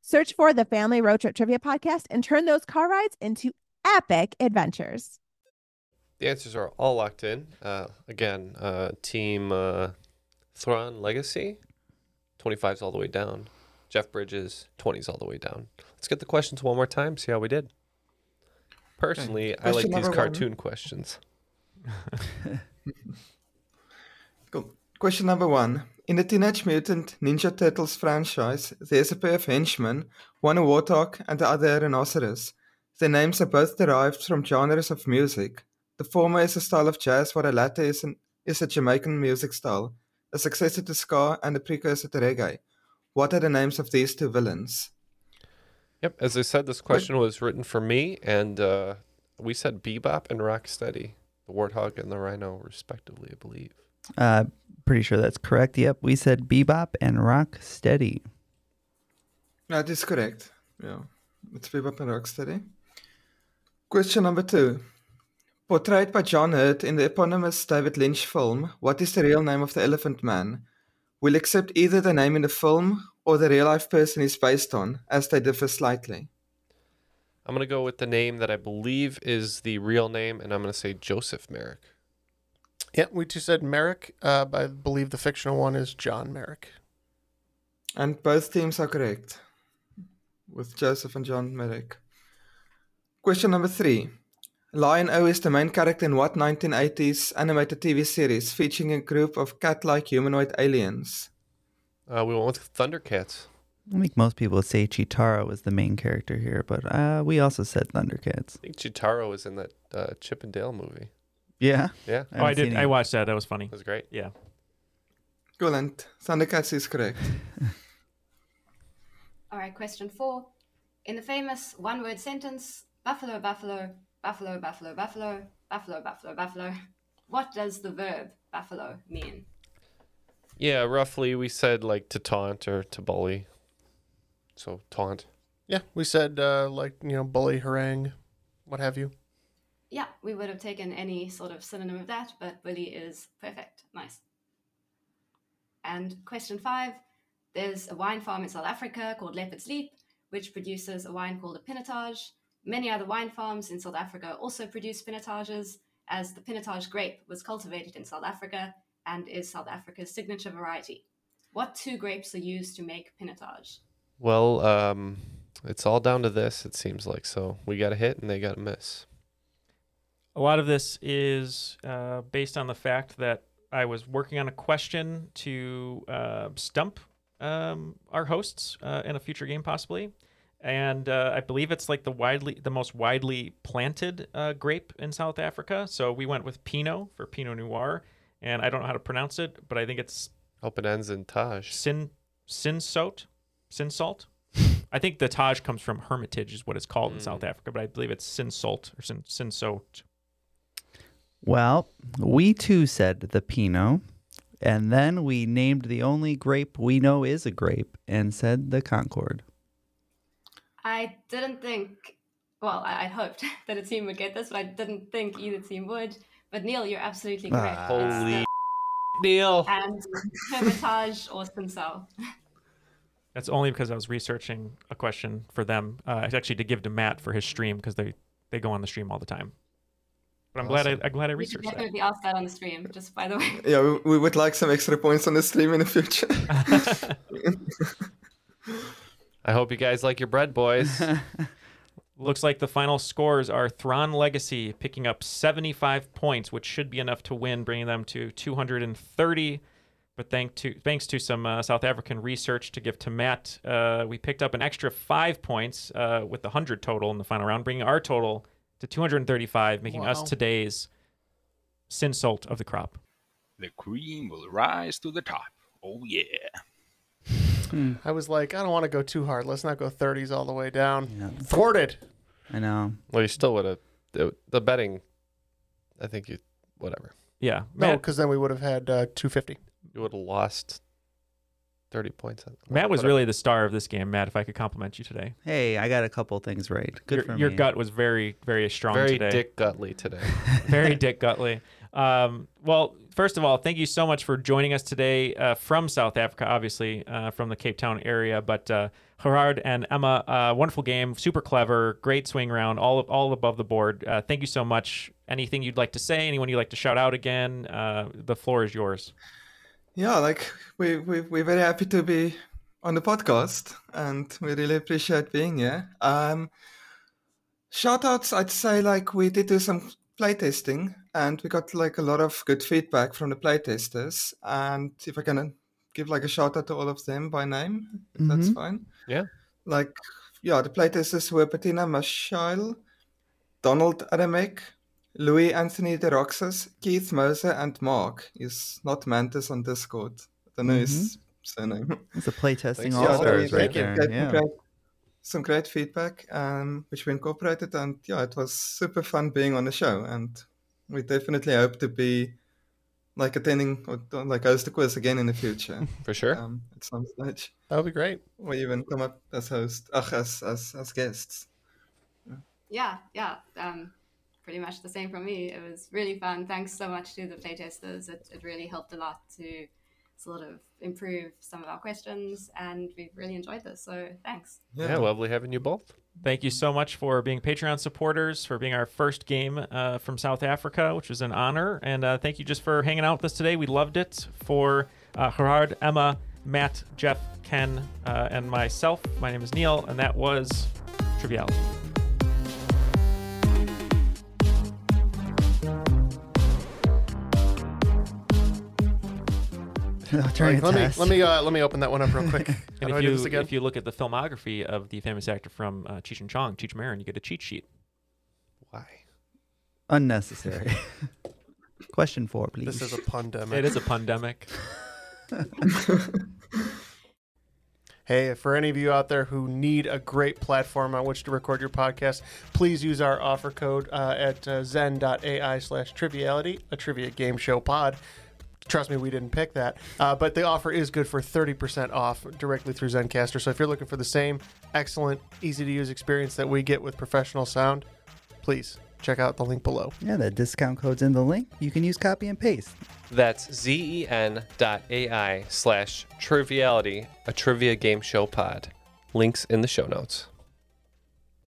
Speaker 10: Search for the Family Road Trip Trivia Podcast and turn those car rides into epic adventures.
Speaker 4: The answers are all locked in. Uh, again, uh, Team uh, Thrawn Legacy, 25's all the way down. Jeff Bridges, 20's all the way down. Let's get the questions one more time, see how we did. Personally, I like
Speaker 7: Question
Speaker 4: these
Speaker 7: number one.
Speaker 4: cartoon questions.
Speaker 7: Question number one. In the Teenage Mutant Ninja Turtles franchise, there's a pair of henchmen, one a warthog and the other a rhinoceros. Their names are both derived from genres of music. The former is a style of jazz, while the latter is, an, is a Jamaican music style, a successor to ska and a precursor to reggae. What are the names of these two villains?
Speaker 4: Yep. As I said, this question was written for me, and uh, we said Bebop and Rocksteady, the Warthog and the Rhino, respectively, I believe.
Speaker 5: Uh, pretty sure that's correct. Yep, we said bebop and rock steady.
Speaker 7: That is correct. Yeah. It's Bebop and Rocksteady. Question number two. Portrayed by John Hurt in the eponymous David Lynch film, what is the real name of the Elephant Man? We'll accept either the name in the film or the real life person he's based on, as they differ slightly.
Speaker 4: I'm going to go with the name that I believe is the real name, and I'm going to say Joseph Merrick.
Speaker 1: Yeah, we two said Merrick. Uh, but I believe the fictional one is John Merrick.
Speaker 7: And both teams are correct, with Joseph and John Merrick. Question number three. Lion O is the main character in what 1980s animated TV series featuring a group of cat like humanoid aliens?
Speaker 4: Uh, we went with Thundercats.
Speaker 5: I think most people would say Chitara was the main character here, but uh, we also said Thundercats.
Speaker 4: I think Chitaro was in that uh, Chip and Dale movie.
Speaker 5: Yeah.
Speaker 4: Yeah.
Speaker 5: I Oh, I haven't did- seen it. I
Speaker 3: watched that. That was funny. It
Speaker 4: was great.
Speaker 3: Yeah.
Speaker 7: Cool, and Thundercats is correct. <laughs>
Speaker 6: All right, question four. In the famous one word sentence, buffalo, buffalo, buffalo, buffalo, buffalo, buffalo, buffalo, buffalo, what does the verb buffalo mean?
Speaker 4: Yeah, roughly we said like to taunt or to bully. So taunt.
Speaker 1: Yeah, we said uh, like you know bully, harangue, what have you.
Speaker 6: Yeah, we would have taken any sort of synonym of that, but bully is perfect. Nice. And question five there's a wine farm in South Africa called Leopard's Leap, which produces a wine called a Pinotage. Many other wine farms in South Africa also produce Pinotages, as the Pinotage grape was cultivated in South Africa and is South Africa's signature variety. What two grapes are used to make Pinotage?
Speaker 4: Well, um, it's all down to this, it seems like. So we got a hit and they got a miss.
Speaker 3: A lot of this is uh, based on the fact that I was working on a question to uh, stump um, our hosts uh, in a future game, possibly. And uh, I believe it's like the widely, the most widely planted uh, grape in South Africa. So we went with Pinot for Pinot Noir, and I don't know how to pronounce it, but I think it's
Speaker 4: Hope it ends in Taj.
Speaker 3: Sin Sinsot,
Speaker 4: <laughs>
Speaker 3: Sinsalt. I think the Taj comes from Hermitage, is what it's called
Speaker 4: Hmm.
Speaker 3: in South Africa, but I believe it's Sinsalt or Sin Sinsot.
Speaker 5: Well, we too said the Pinot. And then we named the only grape we know is a grape and said the Concord.
Speaker 6: I didn't think, well, I, I hoped <laughs> that a team would get this, but I didn't think either team would. But Neil, you're absolutely correct.
Speaker 4: Holy Neil.
Speaker 6: And Hermitage or Sincel.
Speaker 3: That's only because I was researching a question for them. Uh, it's actually to give to Matt for his stream because they they go on the stream all the time. But I'm glad I, I'm glad I
Speaker 6: We should
Speaker 3: researched
Speaker 1: eh?
Speaker 3: that.
Speaker 6: definitely ask that on the stream, just by the way.
Speaker 7: <laughs> Yeah, we, we would like some extra points on the stream in the future.
Speaker 3: <laughs>
Speaker 4: I hope you guys like your bread, boys.
Speaker 3: Looks like the final scores are Thrawn Legacy picking up 75 points, which should be enough to win, bringing them to 230. But thank to, thanks to some uh, South African research to give to Matt, uh, we picked up an extra five points uh, with the 100 total in the final round, bringing our total to 235, making us
Speaker 11: Wow.
Speaker 3: today's sin salt of the crop.
Speaker 11: The cream will rise to the top. Oh, yeah.
Speaker 1: I was like, I don't want to go too hard. Let's not go 30s all the way down. Thwarted.
Speaker 5: I know.
Speaker 4: Well, you still would have the, the betting. I think you, whatever.
Speaker 3: Yeah.
Speaker 1: No,
Speaker 3: Matt-
Speaker 1: because then we would have had uh, 250.
Speaker 4: You would have lost thirty points. On,
Speaker 3: Matt was
Speaker 4: whatever.
Speaker 3: really the star of this game, Matt, if I could compliment you today.
Speaker 5: Hey, I got a couple things right. Good
Speaker 3: your,
Speaker 5: for
Speaker 3: your
Speaker 5: me.
Speaker 3: gut was very, very strong
Speaker 4: very
Speaker 3: today. <laughs>
Speaker 4: Dick Gutley today. <laughs>
Speaker 3: very Dick Gutley. Um, well, first of all, thank you so much for joining us today uh, from South Africa, obviously uh, from the Cape Town area. But uh, Gerard and Emma, uh, wonderful game, super clever, great swing round, all all above the board. Uh, thank you so much. Anything you'd like to say? Anyone you'd like to shout out again? Uh, the floor is yours.
Speaker 7: yeah, like we, we we're very happy to be on the podcast, and we really appreciate being here. Um, shout outs, I'd say like we did do some playtesting, and we got like a lot of good feedback from the playtesters. And if I can give like a shout out to all of them by name, if
Speaker 5: Mm-hmm.
Speaker 7: that's
Speaker 4: Mhm.
Speaker 7: fine.
Speaker 4: Yeah.
Speaker 7: Like yeah, the playtesters were Bettina Mashail, Donald Adamek, Louis Anthony de Roxas, Keith Moser, and Mark. He's not Mantis on Discord. I don't know his
Speaker 5: <laughs>
Speaker 7: surname.
Speaker 5: It's a playtesting Mm-hmm.
Speaker 7: Thanks,
Speaker 5: all
Speaker 7: yeah,
Speaker 5: stars
Speaker 7: they-
Speaker 5: right
Speaker 7: they
Speaker 5: there.
Speaker 7: gave
Speaker 5: Yeah.
Speaker 7: Some, great, some great feedback, um, which we incorporated, and yeah, it was super fun being on the show. And we definitely hope to be like attending or or, like host the quiz again in the future
Speaker 4: <laughs> for sure.
Speaker 7: Um, at some stage,
Speaker 1: that would be great.
Speaker 7: Or even come up as host,
Speaker 5: <laughs>
Speaker 7: ach, as as as guests.
Speaker 6: Yeah, yeah. Um, pretty much the same from me. It was really fun. Thanks so much to the playtesters. It, it really helped a lot to sort of improve some of our questions, and we've really enjoyed this. So thanks.
Speaker 4: Yeah, lovely having you both.
Speaker 3: Thank you so much for being Patreon supporters, for being our first game uh, from South Africa, which was an honor. And uh, thank you just for hanging out with us today. We loved it. For uh, Gerard, Emma, Matt, Jeff, Ken, uh, and myself, my name is Neil, and that was Triviality.
Speaker 1: Like, let me let me uh, let me open that one up real
Speaker 3: <laughs>
Speaker 1: quick. How
Speaker 3: And
Speaker 1: do I
Speaker 3: if
Speaker 1: do this
Speaker 3: you,
Speaker 1: again?
Speaker 3: if you look at the filmography of the famous actor from uh, Cheech and Chong, Cheech Marin, you get a cheat sheet.
Speaker 5: Unnecessary. <laughs> Question four, please.
Speaker 1: This is a pandemic.
Speaker 3: It is a pandemic.
Speaker 1: <laughs> Hey, for any of you out there who need a great platform on which to record your podcast, please use our offer code uh, at uh, zen.ai slash triviality, a trivia game show pod. Trust me, we didn't pick that. Uh, but the offer is good for 30% off directly through Zencaster. So if you're looking for the same excellent, easy to use experience that we get with professional sound, please check out the link below.
Speaker 5: Yeah, the discount code's in the link. You can use copy and paste.
Speaker 4: That's zen dot ai slash triviality, a trivia game show pod. Links in the show notes.